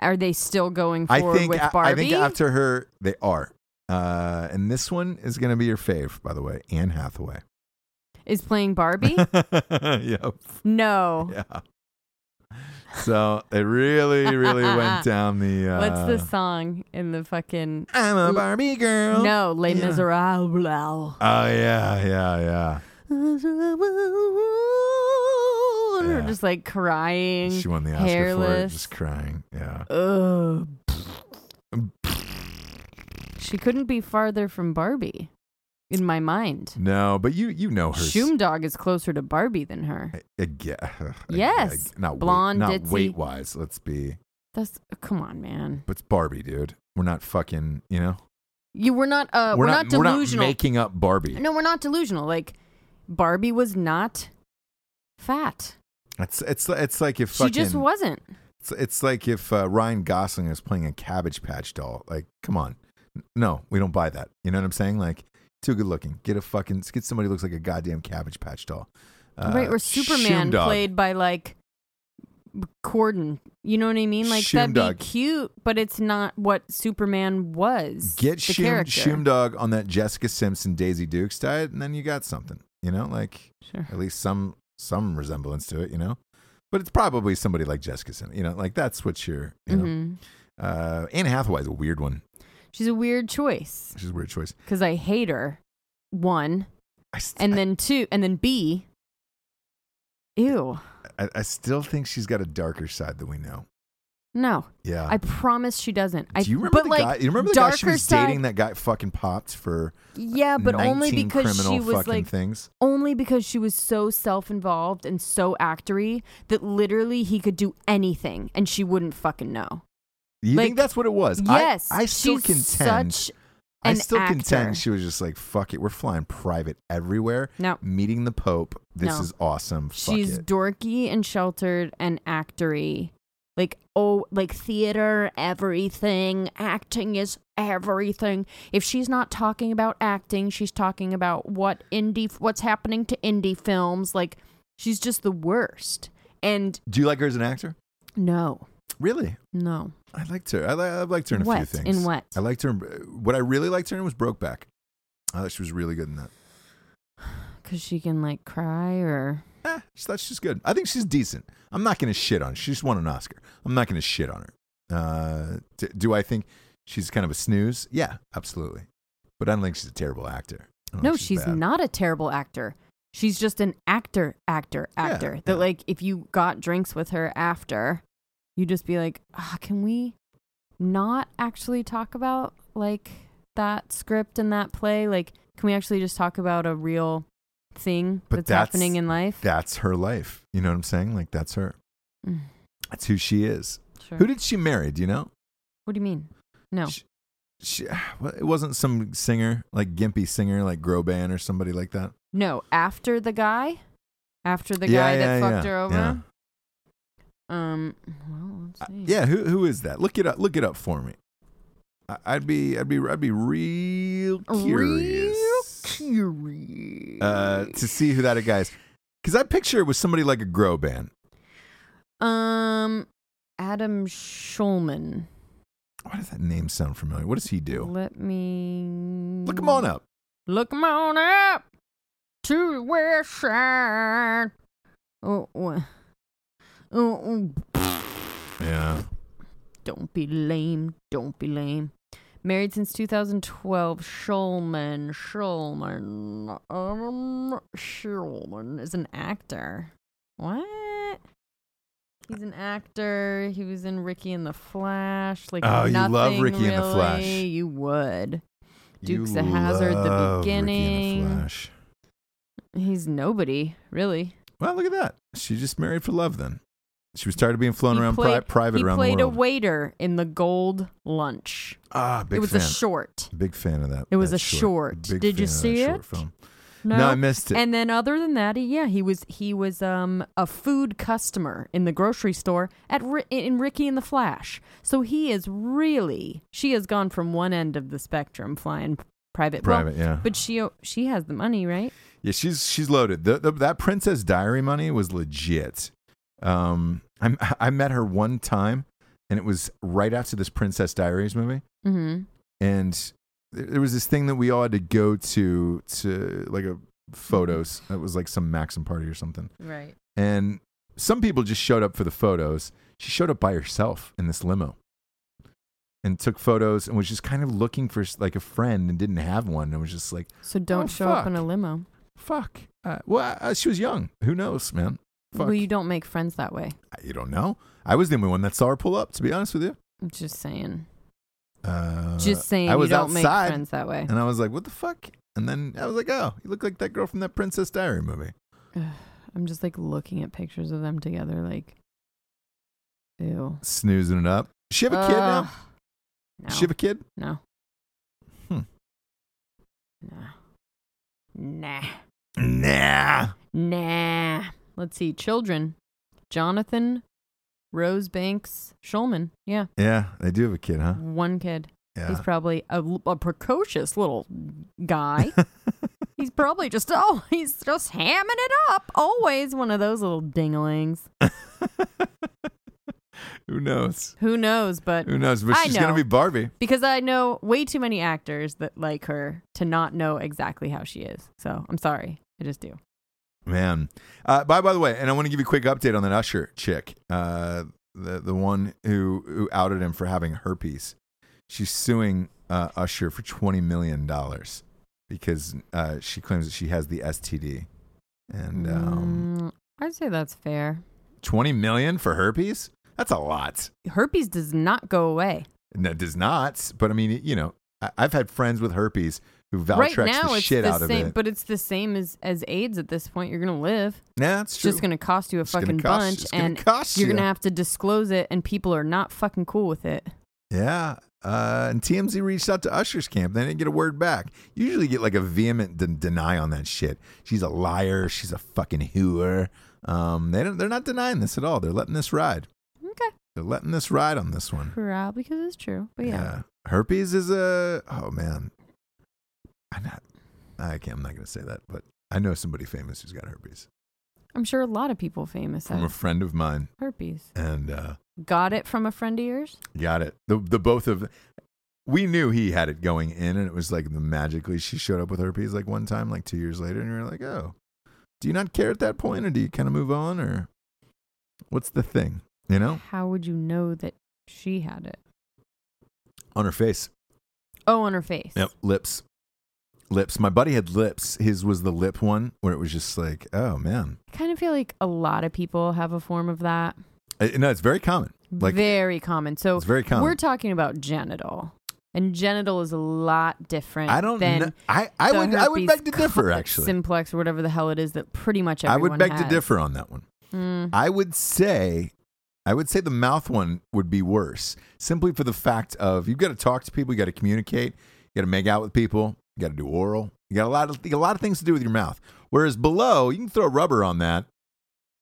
[SPEAKER 2] Are they still going
[SPEAKER 1] I
[SPEAKER 2] forward
[SPEAKER 1] think
[SPEAKER 2] with
[SPEAKER 1] I, I
[SPEAKER 2] Barbie?
[SPEAKER 1] think after her they are. Uh, and this one is going to be your fave, by the way, Anne Hathaway.
[SPEAKER 2] is playing Barbie? Oh.
[SPEAKER 1] yep.
[SPEAKER 2] no.
[SPEAKER 1] Yeah. So it really, really went down the. Uh,
[SPEAKER 2] What's the song in the fucking
[SPEAKER 1] I'm a Barbie girl.
[SPEAKER 2] No, Les
[SPEAKER 1] Yeah.
[SPEAKER 2] Miserables.
[SPEAKER 1] Oh yeah, yeah, yeah.
[SPEAKER 2] Or
[SPEAKER 1] Yeah.
[SPEAKER 2] Just like crying.
[SPEAKER 1] She won the Oscar for it,
[SPEAKER 2] hairless.
[SPEAKER 1] just crying. Yeah.
[SPEAKER 2] Ugh. She couldn't be farther from Barbie in my mind.
[SPEAKER 1] No, but you you know her. s-
[SPEAKER 2] Shoom Dog is closer to Barbie than her.
[SPEAKER 1] I, I ge- I-
[SPEAKER 2] Yes.
[SPEAKER 1] I- not
[SPEAKER 2] Blonde,
[SPEAKER 1] weight,
[SPEAKER 2] ditzy.
[SPEAKER 1] not weight wise. Let's be,
[SPEAKER 2] That's come on, man.
[SPEAKER 1] but it's Barbie, dude. We're not fucking. You know,
[SPEAKER 2] You we're not uh we're, not,
[SPEAKER 1] We're
[SPEAKER 2] delusional.
[SPEAKER 1] not making up Barbie.
[SPEAKER 2] no, we're not delusional. Like Barbie was not fat.
[SPEAKER 1] It's it's it's like if
[SPEAKER 2] she just
[SPEAKER 1] fucking-
[SPEAKER 2] wasn't.
[SPEAKER 1] It's, it's like if uh, Ryan Gosling is playing a Cabbage Patch doll. Like, come on, N- no, we don't buy that. You know what I'm saying? Like, too good looking. Get a fucking get somebody who looks like a goddamn Cabbage Patch doll. Uh,
[SPEAKER 2] right, or
[SPEAKER 1] Shoom
[SPEAKER 2] Superman
[SPEAKER 1] Dog.
[SPEAKER 2] played by like Corden. You know what I mean? Like that'd
[SPEAKER 1] Shimdog.
[SPEAKER 2] be cute, but it's not what Superman was.
[SPEAKER 1] Get
[SPEAKER 2] the
[SPEAKER 1] Shim,
[SPEAKER 2] character.
[SPEAKER 1] Shim Dog on that Jessica Simpson Daisy Dukes diet, and then you got something. You know, like
[SPEAKER 2] Sure.
[SPEAKER 1] at least some some resemblance to it. You know, but it's probably somebody like Jessica Simpson. You know, like that's what you're. You know,
[SPEAKER 2] Mhm.
[SPEAKER 1] uh, Anne Hathaway's a weird one.
[SPEAKER 2] She's a weird choice
[SPEAKER 1] She's a weird choice.
[SPEAKER 2] because I hate her. One,
[SPEAKER 1] I st-
[SPEAKER 2] and then two, and then B. Ew,
[SPEAKER 1] I, I still think she's got a darker side that we know.
[SPEAKER 2] no!
[SPEAKER 1] Yeah.
[SPEAKER 2] I promise she doesn't. I,
[SPEAKER 1] Uh, Do you remember
[SPEAKER 2] but
[SPEAKER 1] the
[SPEAKER 2] like,
[SPEAKER 1] guy? You remember the guy
[SPEAKER 2] darker
[SPEAKER 1] she was
[SPEAKER 2] side,
[SPEAKER 1] dating that guy fucking popped for
[SPEAKER 2] Yeah, but
[SPEAKER 1] 19
[SPEAKER 2] only because
[SPEAKER 1] criminal
[SPEAKER 2] she was
[SPEAKER 1] fucking
[SPEAKER 2] like
[SPEAKER 1] things.
[SPEAKER 2] only because she was so self-involved and so actory that literally he could do anything and she wouldn't fucking know.
[SPEAKER 1] You
[SPEAKER 2] like,
[SPEAKER 1] think that's what it was? I-
[SPEAKER 2] yes,
[SPEAKER 1] I, still
[SPEAKER 2] she's
[SPEAKER 1] contend.
[SPEAKER 2] Such
[SPEAKER 1] I
[SPEAKER 2] an
[SPEAKER 1] still
[SPEAKER 2] actor.
[SPEAKER 1] contend she was just like, "Fuck it, we're flying private everywhere."
[SPEAKER 2] No.
[SPEAKER 1] meeting the Pope. This
[SPEAKER 2] No.
[SPEAKER 1] is awesome. Fuck
[SPEAKER 2] she's
[SPEAKER 1] it.
[SPEAKER 2] dorky and sheltered and actory. Like oh, like theater, everything. Acting is everything. If she's not talking about acting, she's talking about what indie, what's happening to indie films. Like she's just the worst. And
[SPEAKER 1] Do you like her as an actor?
[SPEAKER 2] no,
[SPEAKER 1] Really?
[SPEAKER 2] no.
[SPEAKER 1] I liked her. I, li- I liked her in a few
[SPEAKER 2] What? In
[SPEAKER 1] things.
[SPEAKER 2] what?
[SPEAKER 1] I liked her. in- What I really liked her in was Brokeback. I thought she was really good in that.
[SPEAKER 2] Because she can like cry or.
[SPEAKER 1] eh, she thought she's good. I think she's decent. I'm not going to shit on her. She's won an Oscar. I'm not going to shit on her. Uh, d- do I think she's kind of a snooze? Yeah, absolutely. But I don't think she's a terrible actor. I don't
[SPEAKER 2] No,
[SPEAKER 1] think
[SPEAKER 2] she's,
[SPEAKER 1] Oh, bad.
[SPEAKER 2] not a terrible actor. She's just an actor, actor,
[SPEAKER 1] Yeah,
[SPEAKER 2] actor. that,
[SPEAKER 1] yeah.
[SPEAKER 2] like, if you got drinks with her after, you'd just be like, ah, can we not actually talk about, like, that script and that play? Like, can we actually just talk about a real thing
[SPEAKER 1] But
[SPEAKER 2] that's,
[SPEAKER 1] that's-
[SPEAKER 2] happening in life?
[SPEAKER 1] That's her life. You know what I'm saying? Like that's her.
[SPEAKER 2] Mm.
[SPEAKER 1] That's who she is.
[SPEAKER 2] Sure.
[SPEAKER 1] Who did she marry? Do you know?
[SPEAKER 2] what do you mean? No.
[SPEAKER 1] She, she, well, it wasn't some singer like gimpy singer like Groban or somebody like that.
[SPEAKER 2] no, after the guy? After the guy that fucked her over?
[SPEAKER 1] Yeah.
[SPEAKER 2] Um, well, let's
[SPEAKER 1] Uh,
[SPEAKER 2] see.
[SPEAKER 1] Yeah, who who is that? Look it up. Look it up for me. I- I'd be I'd be I'd be real curious
[SPEAKER 2] Real curious.
[SPEAKER 1] uh, to see who that guy is, because I picture it was somebody like a Groban.
[SPEAKER 2] um, Adam Schulman.
[SPEAKER 1] Why does that name sound familiar? What does he do?
[SPEAKER 2] Let me
[SPEAKER 1] Look him on up.
[SPEAKER 2] Look him on up to the west side. Oh, oh, oh,
[SPEAKER 1] Yeah,
[SPEAKER 2] don't be lame. Don't be lame. Married since 2012, Schulman. Schulman. Um, Schulman is an actor. What? He's an actor. He was in Ricky and the Flash. Like,
[SPEAKER 1] Oh, you love
[SPEAKER 2] nothing
[SPEAKER 1] Ricky and the Flash.
[SPEAKER 2] really. You would. Dukes
[SPEAKER 1] You
[SPEAKER 2] of Hazzard, The
[SPEAKER 1] love Ricky and
[SPEAKER 2] Beginning.
[SPEAKER 1] Flash.
[SPEAKER 2] He's nobody, really.
[SPEAKER 1] Well, look at that. She just married for love. Then she was tired of being flown
[SPEAKER 2] He
[SPEAKER 1] around pri-
[SPEAKER 2] played-
[SPEAKER 1] private
[SPEAKER 2] he
[SPEAKER 1] around
[SPEAKER 2] played
[SPEAKER 1] the
[SPEAKER 2] a
[SPEAKER 1] world.
[SPEAKER 2] waiter in the Gold Lunch.
[SPEAKER 1] ah, big
[SPEAKER 2] it was
[SPEAKER 1] fan.
[SPEAKER 2] a short.
[SPEAKER 1] big fan of that.
[SPEAKER 2] It was
[SPEAKER 1] that
[SPEAKER 2] a short.
[SPEAKER 1] Big
[SPEAKER 2] Did you
[SPEAKER 1] fan of that
[SPEAKER 2] see
[SPEAKER 1] short
[SPEAKER 2] it?
[SPEAKER 1] film. No, I missed it.
[SPEAKER 2] And then other than that, he, yeah, he was he was um a food customer in the grocery store at Ri- in Ricky and the Flash. So he is really she has gone from one end of the spectrum flying private well,
[SPEAKER 1] Private, yeah.
[SPEAKER 2] But she she has the money, right?
[SPEAKER 1] Yeah, she's she's loaded. The, the, that Princess Diary money was legit. Um, I I met her one time, and it was right after this Princess Diaries movie,
[SPEAKER 2] Mhm.
[SPEAKER 1] and there, there was this thing that we all had to go to to like a photos. It was like some Maxim party or something.
[SPEAKER 2] Right.
[SPEAKER 1] And some people just showed up for the photos. She showed up by herself in this limo and took photos and was just kind of looking for like a friend and didn't have one. And was just like,
[SPEAKER 2] So don't
[SPEAKER 1] Oh,
[SPEAKER 2] show
[SPEAKER 1] fuck.
[SPEAKER 2] up in a limo.
[SPEAKER 1] fuck. Uh, well, uh, she was young. Who knows, man? Fuck.
[SPEAKER 2] Well, you don't make friends that way.
[SPEAKER 1] I- you don't know. I was the only one that saw her pull up, to be honest with you.
[SPEAKER 2] I'm just saying.
[SPEAKER 1] Uh,
[SPEAKER 2] Just saying.
[SPEAKER 1] I was
[SPEAKER 2] you don't
[SPEAKER 1] outside.
[SPEAKER 2] make friends that way.
[SPEAKER 1] And I was like, what the fuck? And then I was like, oh, you look like that girl from that Princess Diary movie.
[SPEAKER 2] I'm just like looking at pictures of them together, like, ew.
[SPEAKER 1] Snoozing it up. She have a kid now?
[SPEAKER 2] Ugh. No.
[SPEAKER 1] She have a kid?
[SPEAKER 2] no.
[SPEAKER 1] Hmm.
[SPEAKER 2] Nah. Nah.
[SPEAKER 1] Nah.
[SPEAKER 2] Nah. Let's see. Children. Jonathan Rosebanks Schulman. Yeah.
[SPEAKER 1] Yeah, they do have a kid, huh?
[SPEAKER 2] One kid. He's
[SPEAKER 1] Yeah.
[SPEAKER 2] probably a, a precocious little guy. he's probably just, oh, he's just hamming it up. Always one of those little dinglings.
[SPEAKER 1] Who knows?
[SPEAKER 2] Who knows? But
[SPEAKER 1] Who knows? But
[SPEAKER 2] I
[SPEAKER 1] she's going to
[SPEAKER 2] know.
[SPEAKER 1] be Barbie.
[SPEAKER 2] because I know way too many actors that like her to not know exactly how she is. So I'm sorry. I just do.
[SPEAKER 1] Man. Uh, by, by the way, and I want to give you a quick update on that Usher chick, uh, the, the one who, who outed him for having herpes. She's suing uh, Usher for $20 million because uh, she claims that she has the STD. And um,
[SPEAKER 2] Mm, I'd say that's fair.
[SPEAKER 1] 20 million for herpes? That's a lot.
[SPEAKER 2] Herpes does not go away.
[SPEAKER 1] And that does not. But I mean, you know, I- I've had friends with herpes who Valtrex
[SPEAKER 2] right now,
[SPEAKER 1] the
[SPEAKER 2] it's
[SPEAKER 1] shit
[SPEAKER 2] the
[SPEAKER 1] out of
[SPEAKER 2] same,
[SPEAKER 1] it.
[SPEAKER 2] but it's the same as as AIDS at this point. You're gonna live.
[SPEAKER 1] nah, it's
[SPEAKER 2] It's
[SPEAKER 1] true.
[SPEAKER 2] just gonna cost you a
[SPEAKER 1] It's gonna
[SPEAKER 2] fucking
[SPEAKER 1] cost you-
[SPEAKER 2] bunch,
[SPEAKER 1] it's gonna
[SPEAKER 2] and
[SPEAKER 1] cost
[SPEAKER 2] you're
[SPEAKER 1] you.
[SPEAKER 2] gonna have to disclose it, and people are not fucking cool with it.
[SPEAKER 1] yeah. Uh, and TMZ reached out to Usher's camp. They didn't get a word back. You Usually get like a vehement de- deny on that shit. She's a liar. She's a fucking hooer. Um, they don't, they're not denying this at all. They're letting this ride.
[SPEAKER 2] Okay,
[SPEAKER 1] They're letting this ride on this one.
[SPEAKER 2] probably because it's true. But yeah,
[SPEAKER 1] Herpes is a oh man. I'm not I can't I'm not gonna say that, but I know somebody famous who's got herpes.
[SPEAKER 2] I'm sure a lot of people famous
[SPEAKER 1] From a
[SPEAKER 2] have
[SPEAKER 1] friend of mine
[SPEAKER 2] herpes.
[SPEAKER 1] and uh
[SPEAKER 2] Got it from a friend of yours.
[SPEAKER 1] got it. The the both of we knew he had it going in and it was like the magically she showed up with herpes like one time, like two years later, and you're like, Oh. Do you not care at that point or do you kinda move on or what's the thing? You know?
[SPEAKER 2] How would you know that she had it?
[SPEAKER 1] On her face.
[SPEAKER 2] Oh, on her face.
[SPEAKER 1] Yep. Lips. Lips. My buddy had lips. His was the lip one where it was just like, oh man.
[SPEAKER 2] I kind of feel like a lot of people have a form of that.
[SPEAKER 1] Uh, no, it's very common. Like
[SPEAKER 2] very common. So
[SPEAKER 1] it's very common.
[SPEAKER 2] we're talking about genital, and genital is a lot different.
[SPEAKER 1] I don't
[SPEAKER 2] Than
[SPEAKER 1] know. I, I
[SPEAKER 2] the
[SPEAKER 1] would I would
[SPEAKER 2] herpes
[SPEAKER 1] beg to difffer
[SPEAKER 2] co-
[SPEAKER 1] actually.
[SPEAKER 2] Simplex or whatever the hell it is that pretty much
[SPEAKER 1] I
[SPEAKER 2] everyone
[SPEAKER 1] would beg to
[SPEAKER 2] has.
[SPEAKER 1] differ on that one.
[SPEAKER 2] Mm,
[SPEAKER 1] I would say I would say the mouth one would be worse simply for the fact of you've got to talk to people, you got to communicate, you got to make out with people, you got to do oral. You got a lot of you got a lot of things to do with your mouth. Whereas below, you can throw rubber on that,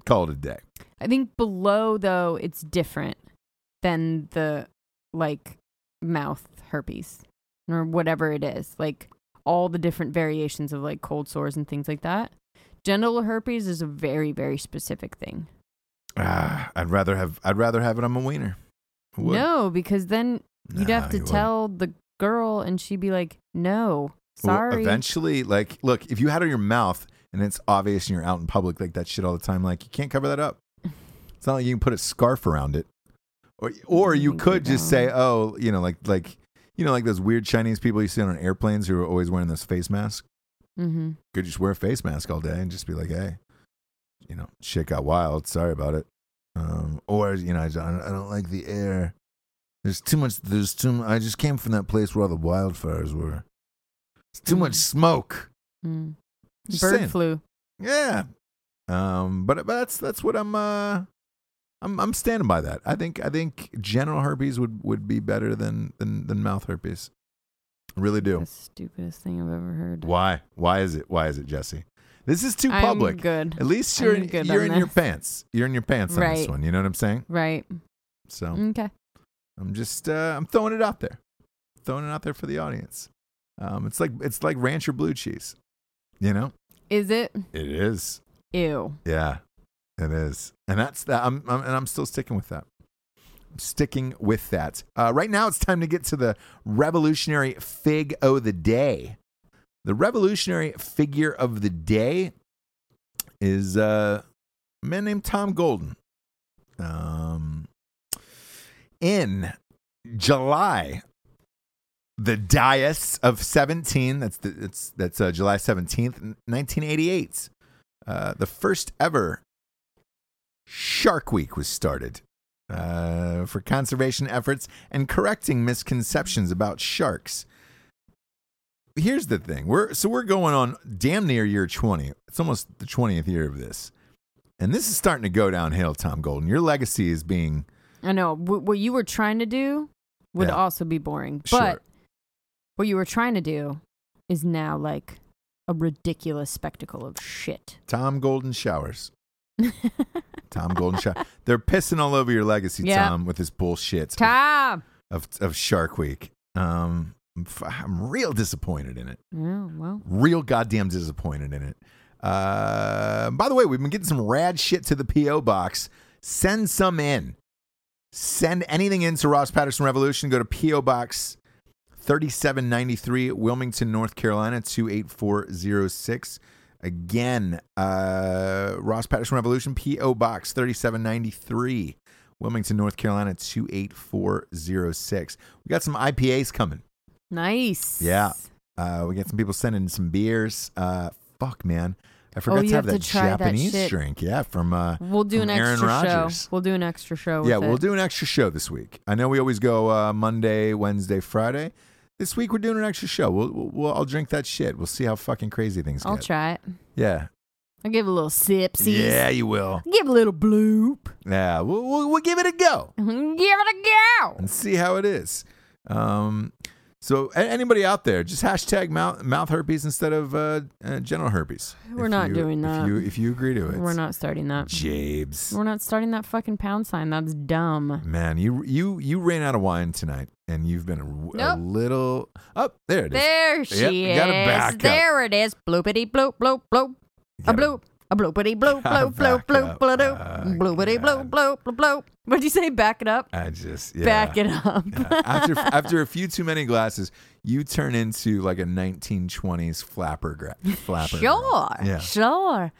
[SPEAKER 1] call it a day.
[SPEAKER 2] I think below though it's different than the like mouth herpes or whatever it is. Like all the different variations of like cold sores and things like that. Genital herpes is a very very specific thing.
[SPEAKER 1] Ah, I'd rather have I'd rather have it on my wiener. I would.
[SPEAKER 2] No, because then you'd
[SPEAKER 1] Nah,
[SPEAKER 2] have to
[SPEAKER 1] you wouldn't.
[SPEAKER 2] tell the girl and she'd be like, "No,
[SPEAKER 1] Well,
[SPEAKER 2] sorry."
[SPEAKER 1] eventually, like, look, if you had it in your mouth and it's obvious and you're out in public like that shit all the time, like you can't cover that up. It's not like you can put a scarf around it, or or you
[SPEAKER 2] Mm,
[SPEAKER 1] could just
[SPEAKER 2] no.
[SPEAKER 1] say, oh, you know, like like you know, like those weird Chinese people you see on airplanes who are always wearing those face masks.
[SPEAKER 2] mm-hmm.
[SPEAKER 1] Could just wear a face mask all day and just be like, hey, you know, shit got wild. Sorry about it. Um, or you know, I don't, I don't like the air. There's too much. There's too. mu- I just came from that place where all the wildfires were. It's too much
[SPEAKER 2] Mm.
[SPEAKER 1] smoke.
[SPEAKER 2] Mm.
[SPEAKER 1] Just
[SPEAKER 2] Bird
[SPEAKER 1] saying.
[SPEAKER 2] flu.
[SPEAKER 1] Yeah. Um, but, but that's that's what I'm uh I'm I'm standing by that. I think I think general herpes would would be better than than than mouth herpes. I really do.
[SPEAKER 2] The stupidest thing I've ever heard.
[SPEAKER 1] Why? Why is it? Why is it, Jesse? This is too
[SPEAKER 2] I'm
[SPEAKER 1] public.
[SPEAKER 2] good.
[SPEAKER 1] At least you're
[SPEAKER 2] I'm
[SPEAKER 1] in,
[SPEAKER 2] good
[SPEAKER 1] you're
[SPEAKER 2] on
[SPEAKER 1] in your
[SPEAKER 2] this.
[SPEAKER 1] pants. You're in your pants on this
[SPEAKER 2] Right. Mm.
[SPEAKER 1] one. You know what I'm saying?
[SPEAKER 2] Right.
[SPEAKER 1] So
[SPEAKER 2] Okay.
[SPEAKER 1] I'm just uh, I'm throwing it out there, throwing it out there for the audience. Um, it's like it's like ranch or blue cheese. You know,
[SPEAKER 2] Is it?
[SPEAKER 1] it is.
[SPEAKER 2] Ew.
[SPEAKER 1] Yeah, it is, and that's that. I'm, I'm and I'm still sticking with that. I'm sticking with that. Uh, right now, it's time to get to the revolutionary fig o the day. The revolutionary figure of the day is uh, a man named Tom Golden. Um, in July, the Dias of 17, that's, the, that's, that's uh, July 17th, 1988, uh, the first ever Shark Week was started uh, for conservation efforts and correcting misconceptions about sharks. Here's the thing: we're so we're going on damn near year 20. It's almost the 20th year of this, and this is starting to go downhill. Tom Golden, your legacy is being
[SPEAKER 2] I know w- what you were trying to do would
[SPEAKER 1] Yeah.
[SPEAKER 2] also be boring, but
[SPEAKER 1] Sure.
[SPEAKER 2] what you were trying to do is now like a ridiculous spectacle of shit.
[SPEAKER 1] Tom Golden showers. Tom Golden shower. They're pissing all over your legacy,
[SPEAKER 2] Yeah.
[SPEAKER 1] Tom, with this bullshit of,
[SPEAKER 2] Tom.
[SPEAKER 1] of of Shark Week. Um, I'm f- I'm real disappointed in it.
[SPEAKER 2] Yeah, Oh, well,
[SPEAKER 1] real goddamn disappointed in it. Uh, by the way, we've been getting some rad shit to the PO box. Send some in. Send anything in to Ross Patterson Revolution. Go to PO Box 3793, Wilmington, North Carolina 28406. Again, uh, Ross Patterson Revolution, PO Box 3793, Wilmington, North Carolina 28406. We got some IPAs coming.
[SPEAKER 2] nice.
[SPEAKER 1] Yeah. Uh, we got some people sending some beers. Uh, fuck, man. I forgot
[SPEAKER 2] Oh,
[SPEAKER 1] to
[SPEAKER 2] you
[SPEAKER 1] have,
[SPEAKER 2] have
[SPEAKER 1] that
[SPEAKER 2] to try that
[SPEAKER 1] Japanese
[SPEAKER 2] shit.
[SPEAKER 1] drink. Yeah, from uh,
[SPEAKER 2] We'll do
[SPEAKER 1] from
[SPEAKER 2] an
[SPEAKER 1] Aaron
[SPEAKER 2] extra
[SPEAKER 1] Rodgers.
[SPEAKER 2] show. We'll do an extra show.
[SPEAKER 1] yeah,
[SPEAKER 2] with
[SPEAKER 1] we'll
[SPEAKER 2] it.
[SPEAKER 1] do an extra show this week. I know we always go uh, Monday, Wednesday, Friday. This week we're doing an extra show. We'll, we'll, we'll I'll drink that shit. We'll see how fucking crazy things
[SPEAKER 2] I'll
[SPEAKER 1] get.
[SPEAKER 2] try it.
[SPEAKER 1] yeah,
[SPEAKER 2] I'll give a little sipsy.
[SPEAKER 1] yeah, you will.
[SPEAKER 2] Give a little bloop.
[SPEAKER 1] Yeah, we'll, we'll we'll give it a go.
[SPEAKER 2] give it a go.
[SPEAKER 1] and see how it is. Um, so a- anybody out there, just hashtag mouth, mouth herpes instead of uh, uh, genital herpes.
[SPEAKER 2] We're
[SPEAKER 1] If
[SPEAKER 2] not
[SPEAKER 1] you-
[SPEAKER 2] doing
[SPEAKER 1] If
[SPEAKER 2] that.
[SPEAKER 1] you, if you agree to it,
[SPEAKER 2] We're not starting that.
[SPEAKER 1] Jabes,
[SPEAKER 2] We're not starting that fucking pound sign. That's dumb.
[SPEAKER 1] man, you you you ran out of wine tonight, and you've been a, w- a
[SPEAKER 2] Nope.
[SPEAKER 1] little. Oh, there it is.
[SPEAKER 2] There
[SPEAKER 1] Yep,
[SPEAKER 2] she
[SPEAKER 1] you gotta
[SPEAKER 2] is.
[SPEAKER 1] back up.
[SPEAKER 2] there it is. Bloopity bloop bloop bloop.
[SPEAKER 1] You
[SPEAKER 2] A
[SPEAKER 1] gotta-
[SPEAKER 2] bloop. A bloopity bloop
[SPEAKER 1] Gotta
[SPEAKER 2] bloop
[SPEAKER 1] back
[SPEAKER 2] bloop bloop
[SPEAKER 1] up.
[SPEAKER 2] bloop
[SPEAKER 1] Ah,
[SPEAKER 2] bloop. Bloopity bloop
[SPEAKER 1] God.
[SPEAKER 2] bloop bloop bloop. What'd you say? Back it up.
[SPEAKER 1] I just yeah.
[SPEAKER 2] Back it up.
[SPEAKER 1] Yeah. after after a few too many glasses, you turn into like a 1920s flapper gra- flapper.
[SPEAKER 2] Sure.
[SPEAKER 1] girl. Yeah.
[SPEAKER 2] Sure.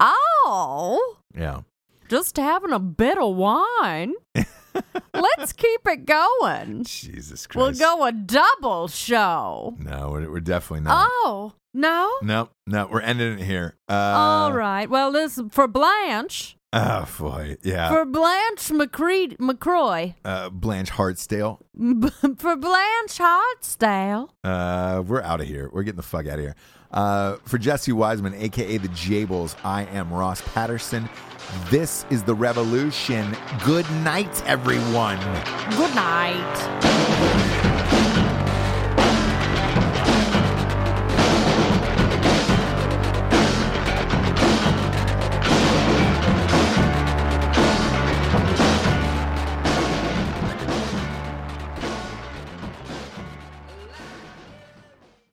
[SPEAKER 2] Oh.
[SPEAKER 1] Yeah.
[SPEAKER 2] just having a bit of wine. Let's keep it going.
[SPEAKER 1] Jesus
[SPEAKER 2] We'll
[SPEAKER 1] Christ.
[SPEAKER 2] go a double show.
[SPEAKER 1] No, we're, we're definitely not.
[SPEAKER 2] Oh, no?
[SPEAKER 1] No, no, we're ending it here. Uh,
[SPEAKER 2] All right. Well, this for Blanche,
[SPEAKER 1] Oh boy, yeah.
[SPEAKER 2] for Blanche McCree, McCroy,
[SPEAKER 1] uh, Blanche Hartsdale.
[SPEAKER 2] for Blanche Hartsdale.
[SPEAKER 1] Uh, we're out of here. We're getting the fuck out of here. Uh, for Jesse Wiseman, aka the Jables, I am Ross Patterson. This is the Revolution. Good night, everyone.
[SPEAKER 2] Good night.